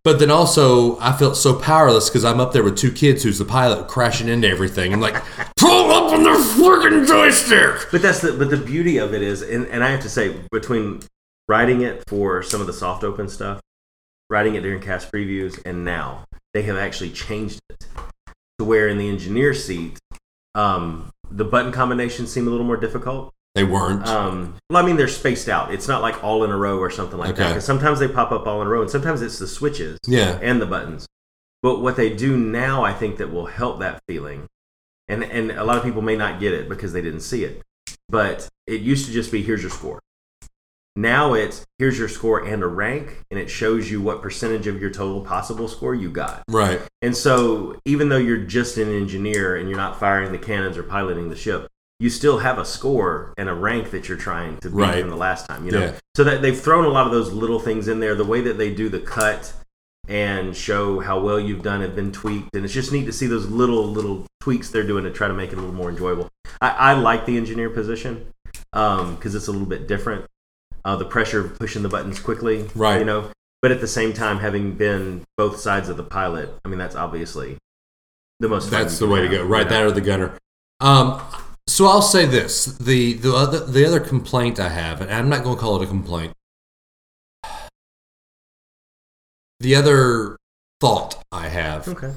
Speaker 2: but then also I felt so powerless because I'm up there with two kids who's the pilot crashing into everything. I'm like, pull up on their freaking joystick.
Speaker 3: But that's the but the beauty of it is, and, and I have to say, between writing it for some of the soft open stuff, writing it during cast previews, and now they have actually changed it to where in the engineer seat, um, the button combinations seem a little more difficult.
Speaker 2: They weren't.
Speaker 3: Um, well, I mean, they're spaced out. It's not like all in a row or something like that.
Speaker 2: Okay.
Speaker 3: 'cause sometimes they pop up all in a row, and sometimes it's the switches
Speaker 2: yeah,
Speaker 3: and the buttons. But what they do now, I think that will help that feeling. And and a lot of people may not get it because they didn't see it. But it used to just be here's your score. Now it's here's your score and a rank, and it shows you what percentage of your total possible score you got.
Speaker 2: right.
Speaker 3: And so, even though you're just an engineer and you're not firing the cannons or piloting the ship, you still have a score and a rank that you're trying to beat
Speaker 2: Right.
Speaker 3: from the last time. You know,
Speaker 2: Yeah.
Speaker 3: so that they've thrown a lot of those little things in there. The way that they do the cut and show how well you've done have been tweaked, and it's just neat to see those little little tweaks they're doing to try to make it a little more enjoyable. I, I like the engineer position because it's a little bit different. Uh, the pressure of pushing the buttons quickly,
Speaker 2: Right.
Speaker 3: You know, but at the same time, having been both sides of the pilot, I mean, that's obviously the most. fun
Speaker 2: That's
Speaker 3: you
Speaker 2: the
Speaker 3: can
Speaker 2: way to
Speaker 3: have,
Speaker 2: go. Right,
Speaker 3: you
Speaker 2: that
Speaker 3: know?
Speaker 2: or the gunner. Um, so I'll say this: the the other the other complaint I have, and I'm not going to call it a complaint. The other thought I have,
Speaker 3: Okay.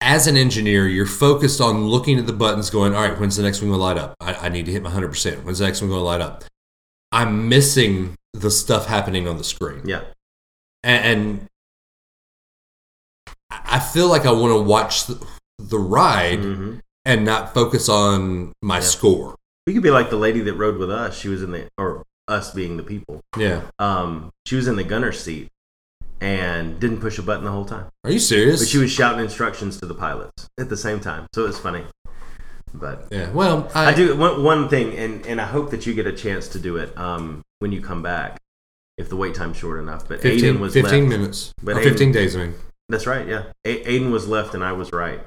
Speaker 2: as an engineer, you're focused on looking at the buttons, going, "All right, when's the next one going to light up? I, I need to hit my hundred percent. When's the next one going to light up?" I'm missing the stuff happening on the screen
Speaker 3: Yeah.
Speaker 2: and, and I I feel like I want to watch the, the ride
Speaker 3: hmm
Speaker 2: and not focus on my score.
Speaker 3: We could be like the lady that rode with us. She was in the or us being the people.
Speaker 2: Yeah.
Speaker 3: Um, she was in the gunner's seat and didn't push a button the whole time,
Speaker 2: Are you serious?
Speaker 3: but she was shouting instructions to the pilots at the same time. So it was funny, but.
Speaker 2: yeah. Well, I,
Speaker 3: I do one, one thing, and, and I hope that you get a chance to do it um, when you come back, if the wait time's short enough. But
Speaker 2: 15,
Speaker 3: Aiden was
Speaker 2: 15
Speaker 3: left.
Speaker 2: minutes.
Speaker 3: But
Speaker 2: or 15
Speaker 3: Aiden-
Speaker 2: days, I mean.
Speaker 3: That's right. Yeah, a- Aiden was left, and I was right.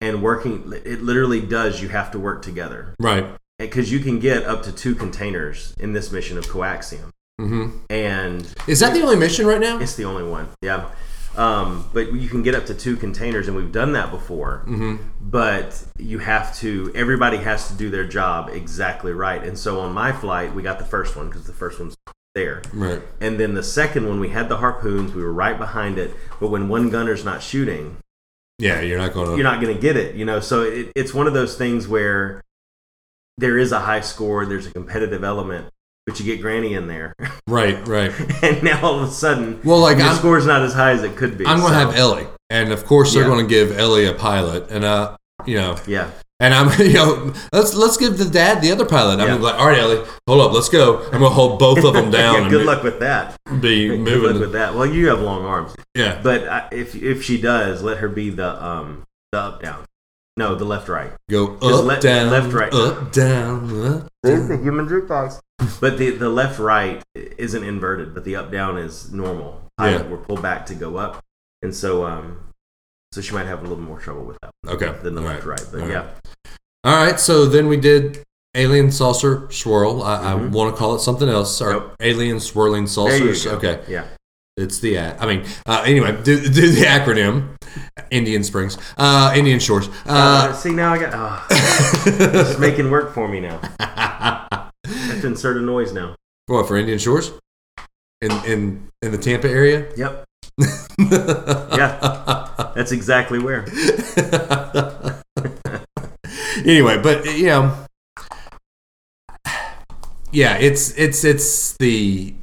Speaker 3: And working, it literally does. You have to work together
Speaker 2: Right.
Speaker 3: because you can get up to two containers in this mission of coaxium,
Speaker 2: Mm-hmm.
Speaker 3: and
Speaker 2: Is that the only mission right now?
Speaker 3: it's the only one. Yeah. Um, but you can get up to two containers, and we've done that before.
Speaker 2: Mm-hmm.
Speaker 3: But you have to, everybody has to do their job exactly right. And so on my flight, we got the first one because the first one's there.
Speaker 2: Right.
Speaker 3: And then the second one, we had the harpoons, we were right behind it. But when one gunner's not shooting,
Speaker 2: Yeah, you're not going to.
Speaker 3: you're not going to get it, you know? So it, it's one of those things where there is a high score, there's a competitive element, but you get Granny in there.
Speaker 2: Right, right.
Speaker 3: and now all of a sudden,
Speaker 2: Well, like,
Speaker 3: your
Speaker 2: I'm-
Speaker 3: score's not as high as it could be.
Speaker 2: I'm going to
Speaker 3: so-
Speaker 2: have Ellie. And of course, they're
Speaker 3: Yeah.
Speaker 2: going to give Ellie a pilot. And, uh, you know,
Speaker 3: Yeah.
Speaker 2: And I'm, you know, let's let's give the dad the other pilot. I'm
Speaker 3: Yeah.
Speaker 2: like, all right, Ellie, hold up, let's go. I'm gonna hold both of them down.
Speaker 3: yeah, good luck with that.
Speaker 2: and Be
Speaker 3: Good luck
Speaker 2: moving.
Speaker 3: with that. Well, you have long arms,
Speaker 2: yeah,
Speaker 3: but I, if if she does, let her be the um the up down. No, the left right.
Speaker 2: go
Speaker 3: Just
Speaker 2: up,
Speaker 3: let-
Speaker 2: down,
Speaker 3: left, right.
Speaker 2: up, down, up.
Speaker 3: There's the human jukebox. But the the left right isn't inverted, but the up down is normal. Pilot
Speaker 2: Yeah.
Speaker 3: will pull back to go up, and so um so she might have a little more trouble with that
Speaker 2: Okay.
Speaker 3: than the
Speaker 2: all
Speaker 3: left right. But
Speaker 2: all
Speaker 3: yeah,
Speaker 2: All right. So then we did alien saucer swirl. I, I
Speaker 3: Mhm.
Speaker 2: want to call it something else. Or
Speaker 3: Nope.
Speaker 2: alien swirling
Speaker 3: There you
Speaker 2: saucers.
Speaker 3: go.
Speaker 2: Okay.
Speaker 3: yeah.
Speaker 2: It's the a- I mean, uh, anyway, do, do the acronym. Indian Springs, uh, Indian Shores.
Speaker 3: Uh,
Speaker 2: Uh,
Speaker 3: see now I got oh, it's making work for me now. I have to insert a noise now.
Speaker 2: What for Indian Shores? In in in the Tampa area?
Speaker 3: Yep.
Speaker 2: yeah.
Speaker 3: Yeah. That's exactly where.
Speaker 2: anyway, but you know, yeah, it's it's it's the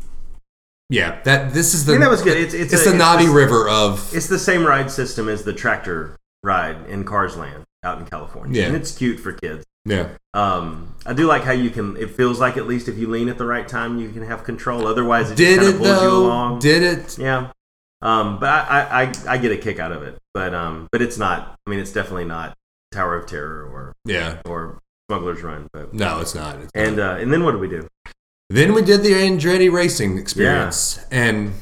Speaker 2: yeah that this is the
Speaker 3: I think that was good. It's- it's a-
Speaker 2: the
Speaker 3: it's
Speaker 2: Navi
Speaker 3: just-
Speaker 2: River of
Speaker 3: It's the same ride system as the tractor ride in Cars Land out in California.
Speaker 2: Yeah.
Speaker 3: And it's cute for kids.
Speaker 2: yeah
Speaker 3: Um, I do like how you can, it feels like at least if you lean at the right time, you can have control. Otherwise, it
Speaker 2: did
Speaker 3: just
Speaker 2: it
Speaker 3: kind of pulls you
Speaker 2: though
Speaker 3: along.
Speaker 2: did it
Speaker 3: yeah. Um, but I, I, I, I get a kick out of it. But, um, but it's not, I mean, it's definitely not Tower of Terror or,
Speaker 2: yeah
Speaker 3: or Smuggler's Run. But,
Speaker 2: no it's not It's not.
Speaker 3: and, uh, and then what do we do?
Speaker 2: then we did the Andretti racing experience and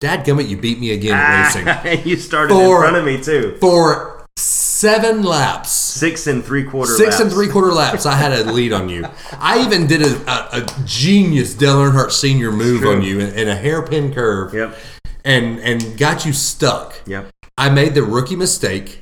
Speaker 2: dad gummit you beat me again
Speaker 3: Ah.
Speaker 2: at racing
Speaker 3: and you started
Speaker 2: Four.
Speaker 3: in front of me, too.
Speaker 2: for seven laps
Speaker 3: Six and three quarter
Speaker 2: six and
Speaker 3: laps.
Speaker 2: three quarter laps. I had a lead on you. I even did a, a, a genius Dale Earnhardt Senior move
Speaker 3: true.
Speaker 2: on you in, in a hairpin curve,
Speaker 3: Yep.
Speaker 2: and and got you stuck.
Speaker 3: Yep.
Speaker 2: I made the rookie mistake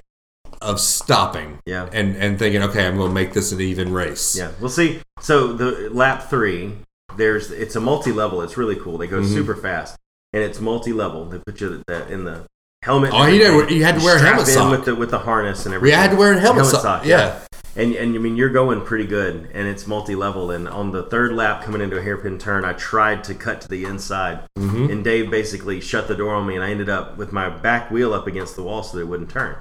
Speaker 2: of stopping,
Speaker 3: Yeah.
Speaker 2: and and thinking, okay, I'm going to make this an even race.
Speaker 3: Yeah, we'll see. So the lap three, there's it's a multi level. It's really cool. They go
Speaker 2: Mm-hmm.
Speaker 3: super fast, and it's multi level. They put you the, in the helmet.
Speaker 2: Oh,
Speaker 3: and
Speaker 2: you did-
Speaker 3: everything.
Speaker 2: you had to wear a
Speaker 3: strap
Speaker 2: helmet
Speaker 3: in
Speaker 2: sock.
Speaker 3: with the with the harness and
Speaker 2: We
Speaker 3: everything.
Speaker 2: had to wear a helmet, so- yeah.
Speaker 3: And and you mean you're going pretty good, and it's multi level. And on the third lap, coming into a hairpin turn, I tried to cut to the inside,
Speaker 2: Mm-hmm.
Speaker 3: and Dave basically shut the door on me, and I ended up with my back wheel up against the wall so that it wouldn't turn.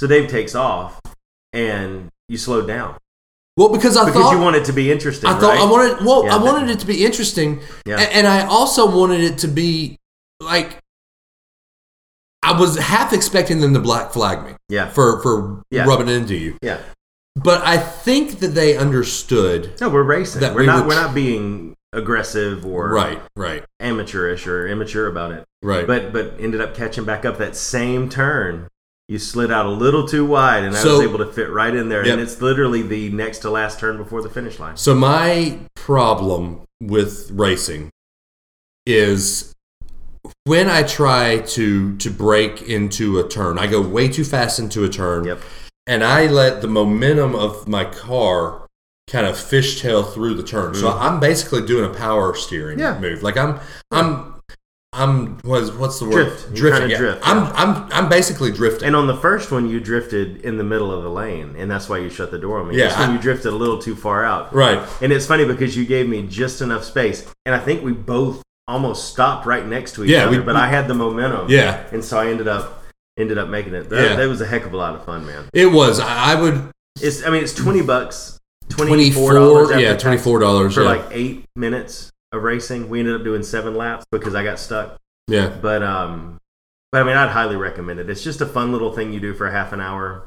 Speaker 3: So Dave takes off, and you slowed down
Speaker 2: Well, because I
Speaker 3: because
Speaker 2: thought
Speaker 3: you want it to be interesting.
Speaker 2: I thought
Speaker 3: right?
Speaker 2: I wanted well,
Speaker 3: Yeah,
Speaker 2: I
Speaker 3: that-
Speaker 2: wanted it to be interesting,
Speaker 3: Yeah.
Speaker 2: a- and, I also wanted it to be like I was half expecting them to black flag me
Speaker 3: Yeah.
Speaker 2: for for
Speaker 3: Yeah.
Speaker 2: rubbing into you,
Speaker 3: Yeah.
Speaker 2: but I think that they understood.
Speaker 3: No, we're racing.
Speaker 2: That
Speaker 3: we're
Speaker 2: we
Speaker 3: not.
Speaker 2: were-
Speaker 3: We're not being aggressive or
Speaker 2: Right, right,
Speaker 3: amateurish or immature about it.
Speaker 2: right.
Speaker 3: But but ended up catching back up that same turn You slid out a little too wide, and I
Speaker 2: So-
Speaker 3: was able to fit right in there.
Speaker 2: Yep.
Speaker 3: And it's literally the next to last turn before the finish line.
Speaker 2: So my problem with racing is when I try to to break into a turn, I go way too fast into a turn,
Speaker 3: Yep.
Speaker 2: and I let the momentum of my car kind of fishtail through the turn. So I'm basically doing a power steering
Speaker 3: Mm. Yeah.
Speaker 2: move. Like I'm I'm I'm what's what's the word?
Speaker 3: Drift. You're trying to drift, yeah.
Speaker 2: I'm I'm I'm basically drifting.
Speaker 3: And on the first one, you drifted in the middle of the lane, and that's why you shut the door on me.
Speaker 2: Yeah,
Speaker 3: This one,
Speaker 2: I-
Speaker 3: you drifted a little too far out.
Speaker 2: right.
Speaker 3: And it's funny because you gave me just enough space, and I think we both almost stopped right next to each
Speaker 2: Yeah,
Speaker 3: other.
Speaker 2: we-
Speaker 3: but I had the momentum,
Speaker 2: Yeah.
Speaker 3: and so I ended up ended up making it. That,
Speaker 2: Yeah.
Speaker 3: that was a heck of a lot of fun, man.
Speaker 2: It was. I I would
Speaker 3: It's I mean, it's twenty bucks, twenty four dollars,
Speaker 2: twenty-four. Yeah, twenty-four dollars.
Speaker 3: for
Speaker 2: Yeah,
Speaker 3: like eight minutes of racing. We ended up doing seven laps because I got stuck.
Speaker 2: yeah.
Speaker 3: But um, but I mean, I'd highly recommend it. It's just a fun little thing you do for half an hour.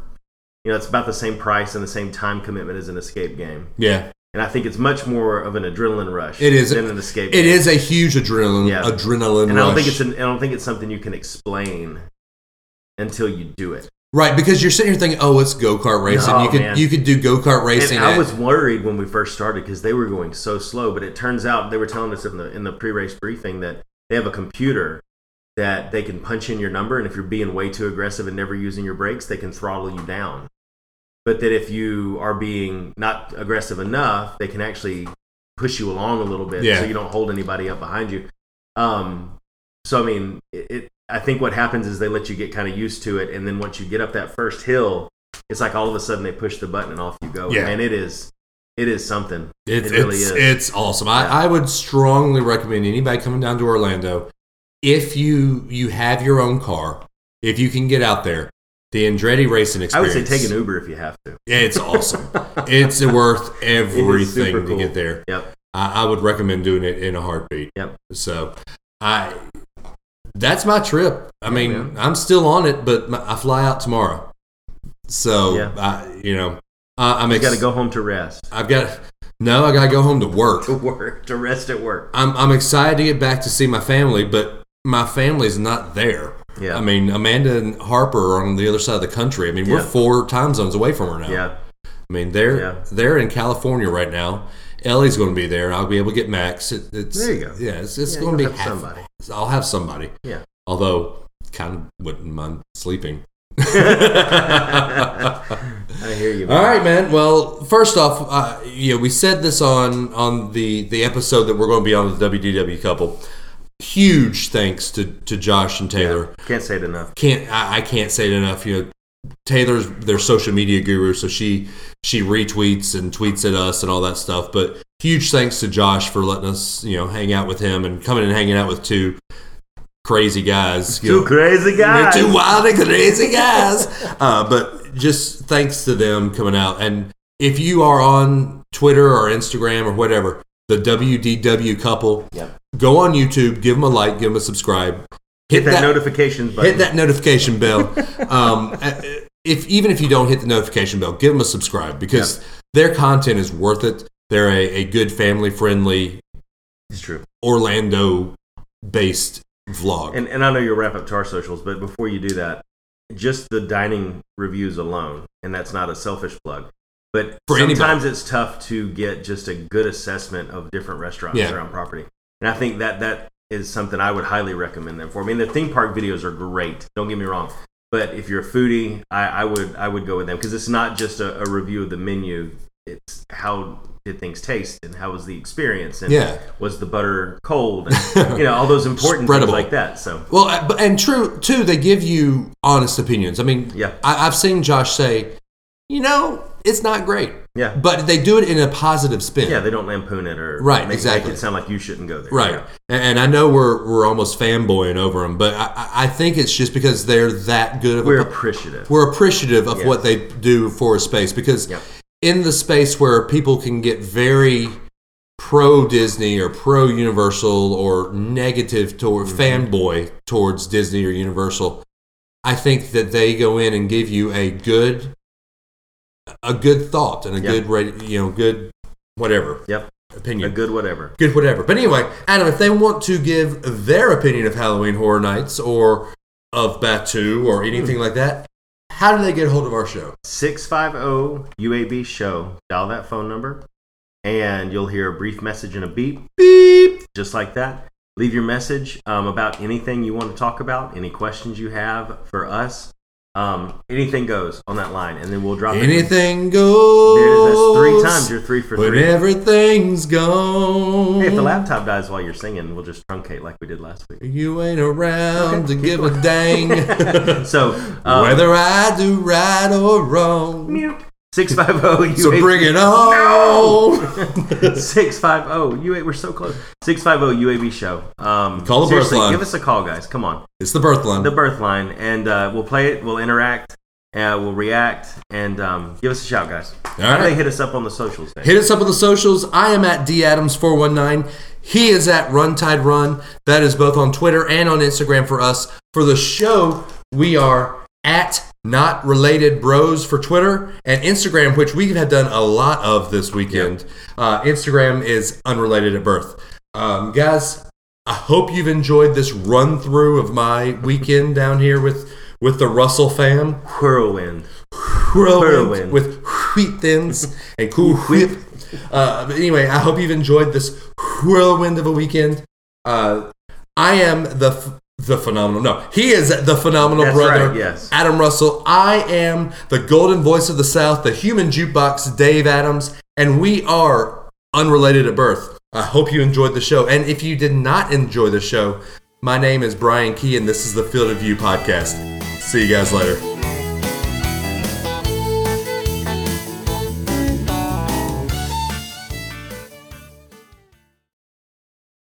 Speaker 3: You know, it's about the same price and the same time commitment as an escape game.
Speaker 2: Yeah,
Speaker 3: and I think it's much more of an adrenaline rush.
Speaker 2: It is-
Speaker 3: than an escape.
Speaker 2: it is a huge adrenaline
Speaker 3: Yeah.
Speaker 2: adrenaline
Speaker 3: and
Speaker 2: rush.
Speaker 3: I don't think it's an, I don't think it's something you can explain until you do it.
Speaker 2: right because you're sitting here thinking, oh, it's go kart racing.
Speaker 3: No,
Speaker 2: you could
Speaker 3: man.
Speaker 2: you could do go kart
Speaker 3: And
Speaker 2: racing.
Speaker 3: I
Speaker 2: at-
Speaker 3: was worried when we first started because they were going so slow, but it turns out they were telling us in the in the pre race briefing that they have a computer that they can punch in your number, and if you're being way too aggressive and never using your brakes, they can throttle you down. But that if you are being not aggressive enough, they can actually push you along a little bit,
Speaker 2: Yeah.
Speaker 3: so you don't hold anybody up behind you. Um, so I mean, it, it. I think what happens is they let you get kind of used to it, and then once you get up that first hill, it's like all of a sudden they push the button and off you go.
Speaker 2: Yeah.
Speaker 3: and it is, it is something.
Speaker 2: it's,
Speaker 3: it really
Speaker 2: it's,
Speaker 3: is.
Speaker 2: it's awesome. I, I would strongly recommend anybody coming down to Orlando if you you have your own car, if you can get out there, the Andretti racing
Speaker 3: I would
Speaker 2: experience.
Speaker 3: say take an Uber if you have to.
Speaker 2: It's awesome. it's worth everything
Speaker 3: super
Speaker 2: to
Speaker 3: cool.
Speaker 2: get there.
Speaker 3: Yep.
Speaker 2: I, I would recommend doing it in a heartbeat.
Speaker 3: Yep.
Speaker 2: So, I that's my trip. I mean,
Speaker 3: man.
Speaker 2: I'm still on it, but my, I fly out tomorrow. So,
Speaker 3: Yeah.
Speaker 2: I, you know, I, I'm
Speaker 3: You got to
Speaker 2: excited.
Speaker 3: go home to rest.
Speaker 2: I've got no. I gotta go home to work.
Speaker 3: To work. To rest at work.
Speaker 2: I'm I'm excited to get back to see my family, but my family's not there.
Speaker 3: Yeah.
Speaker 2: I mean, Amanda and Harper are on the other side of the country. I mean, we're
Speaker 3: Yeah.
Speaker 2: four time zones away from her now.
Speaker 3: yeah.
Speaker 2: I mean, they're
Speaker 3: Yeah.
Speaker 2: they're in California right now. Ellie's going to be there. I'll be able to get Max. It, it's,
Speaker 3: There you go.
Speaker 2: Yeah, it's, it's
Speaker 3: Yeah,
Speaker 2: going to
Speaker 3: you'll
Speaker 2: be half-
Speaker 3: have somebody.
Speaker 2: I'll have somebody.
Speaker 3: Yeah.
Speaker 2: Although, kind of wouldn't mind sleeping.
Speaker 3: I hear you.
Speaker 2: All
Speaker 3: man.
Speaker 2: right, man. Well, first off, uh, yeah, we said this on on the the episode that we're going to be on with the WDW couple. Huge thanks to to Josh and Taylor
Speaker 3: Can't say it enough.
Speaker 2: can't I, I can't say it enough. You know, Taylor's their social media guru, so she she retweets and tweets at us and all that stuff. But huge thanks to Josh for letting us you know hang out with him and coming and hanging out with two crazy guys. you
Speaker 3: Two
Speaker 2: know.
Speaker 3: crazy guys.
Speaker 2: We're two wild and crazy guys. uh, but just thanks to them coming out. And if you are on Twitter or Instagram or whatever, the WDW couple, go on YouTube, give them a like, give them a subscribe.
Speaker 3: Hit that, notification button.
Speaker 2: Hit that notification bell. um, uh, if even if you don't hit the notification bell, give them a subscribe because their content is worth it. They're a, a good family friendly
Speaker 3: It's true.
Speaker 2: Orlando based vlog.
Speaker 3: And, and I know you'll wrap up to our socials, but before you do that, just the dining reviews alone, and that's not a selfish plug, but
Speaker 2: For anybody.
Speaker 3: sometimes it's tough to get just a good assessment of different restaurants
Speaker 2: Yeah.
Speaker 3: around property. And I think that that is something I would highly recommend them for. I mean, the theme park videos are great. Don't get me wrong. But if you're a foodie, I, I would I would go with them because it's not just a, a review of the menu. It's how did things taste and how was the experience and
Speaker 2: Yeah.
Speaker 3: was the butter cold and you know all those important things
Speaker 2: Spreadable.
Speaker 3: like that. So
Speaker 2: Well, uh, but- and true too, they give you honest opinions. I mean,
Speaker 3: Yeah.
Speaker 2: I, I've seen Josh say, you know, it's not great,
Speaker 3: Yeah.
Speaker 2: but they do it in a positive spin.
Speaker 3: yeah, they don't lampoon it or
Speaker 2: Right,
Speaker 3: make,
Speaker 2: exactly.
Speaker 3: make it sound like you shouldn't go there.
Speaker 2: right.
Speaker 3: Yeah.
Speaker 2: And, and I know we're we're almost fanboying over them, but I, I- I think it's just because they're that good of
Speaker 3: We're
Speaker 2: a. po-
Speaker 3: appreciative.
Speaker 2: We're appreciative of
Speaker 3: Yes.
Speaker 2: what they do for a space because
Speaker 3: Yep.
Speaker 2: in the space where people can get very pro Disney or pro Universal or negative toward
Speaker 3: Mm-hmm.
Speaker 2: fanboy towards Disney or Universal, I think that they go in and give you a good a good thought and a
Speaker 3: Yeah.
Speaker 2: good rate, you know, good whatever
Speaker 3: Yep. A
Speaker 2: opinion.
Speaker 3: good whatever.
Speaker 2: Good, whatever. But anyway, Adam, if they want to give their opinion of Halloween Horror Nights or of Batu or anything like that, how do they get a hold of our show?
Speaker 3: 650 UAB show. Dial that phone number and you'll hear a brief message and a beep. Beep. Just like that. Leave your message um, about anything you want to talk about, any questions you have for us. Um, anything goes on that line, and then we'll drop it.
Speaker 2: Anything
Speaker 3: There it
Speaker 2: goes.
Speaker 3: is. That's three times. You're three for
Speaker 2: When
Speaker 3: three.
Speaker 2: everything's gone.
Speaker 3: Hey, if the laptop dies while you're singing, we'll just truncate like we did last week.
Speaker 2: You ain't around to give a dang
Speaker 3: So, uh,
Speaker 2: whether I do right or wrong.
Speaker 3: 650
Speaker 2: So bring it on.
Speaker 3: 650 UA. We're so close. 650 UAB show. Um,
Speaker 2: Call the birth
Speaker 3: seriously,
Speaker 2: line.
Speaker 3: Give us a call, guys. Come on.
Speaker 2: It's the birth line.
Speaker 3: The birth line, and uh, we'll play it. We'll interact. Uh, we'll react, and um, give us a shout, guys. How do
Speaker 2: right.
Speaker 3: they hit us up on the socials? Then?
Speaker 2: Hit us up on the socials. I am at dadams419. He is at Run Tide Run. That is both on Twitter and on Instagram for us. For the show, we are at Not Related Bros for Twitter and Instagram, which we have done a lot of this weekend. Uh, Instagram is unrelated at birth. Um, guys, I hope you've enjoyed this run through of my weekend down here with with the Russell fam.
Speaker 3: Whirlwind.
Speaker 2: Whirlwind
Speaker 3: Whirlwind.
Speaker 2: with wheat thins and cool whip. Uh, but anyway, I hope you've enjoyed this whirlwind of a weekend. Uh, I am the f- the phenomenal. No, he is the phenomenal
Speaker 3: That's
Speaker 2: brother.
Speaker 3: right, yes.
Speaker 2: Adam Russell. I am the golden voice of the South, the human jukebox, Dave Adams, and we are unrelated at birth. I hope you enjoyed the show, and if you did not enjoy the show, my name is Brian Key, and this is the Field of View podcast. See you guys later.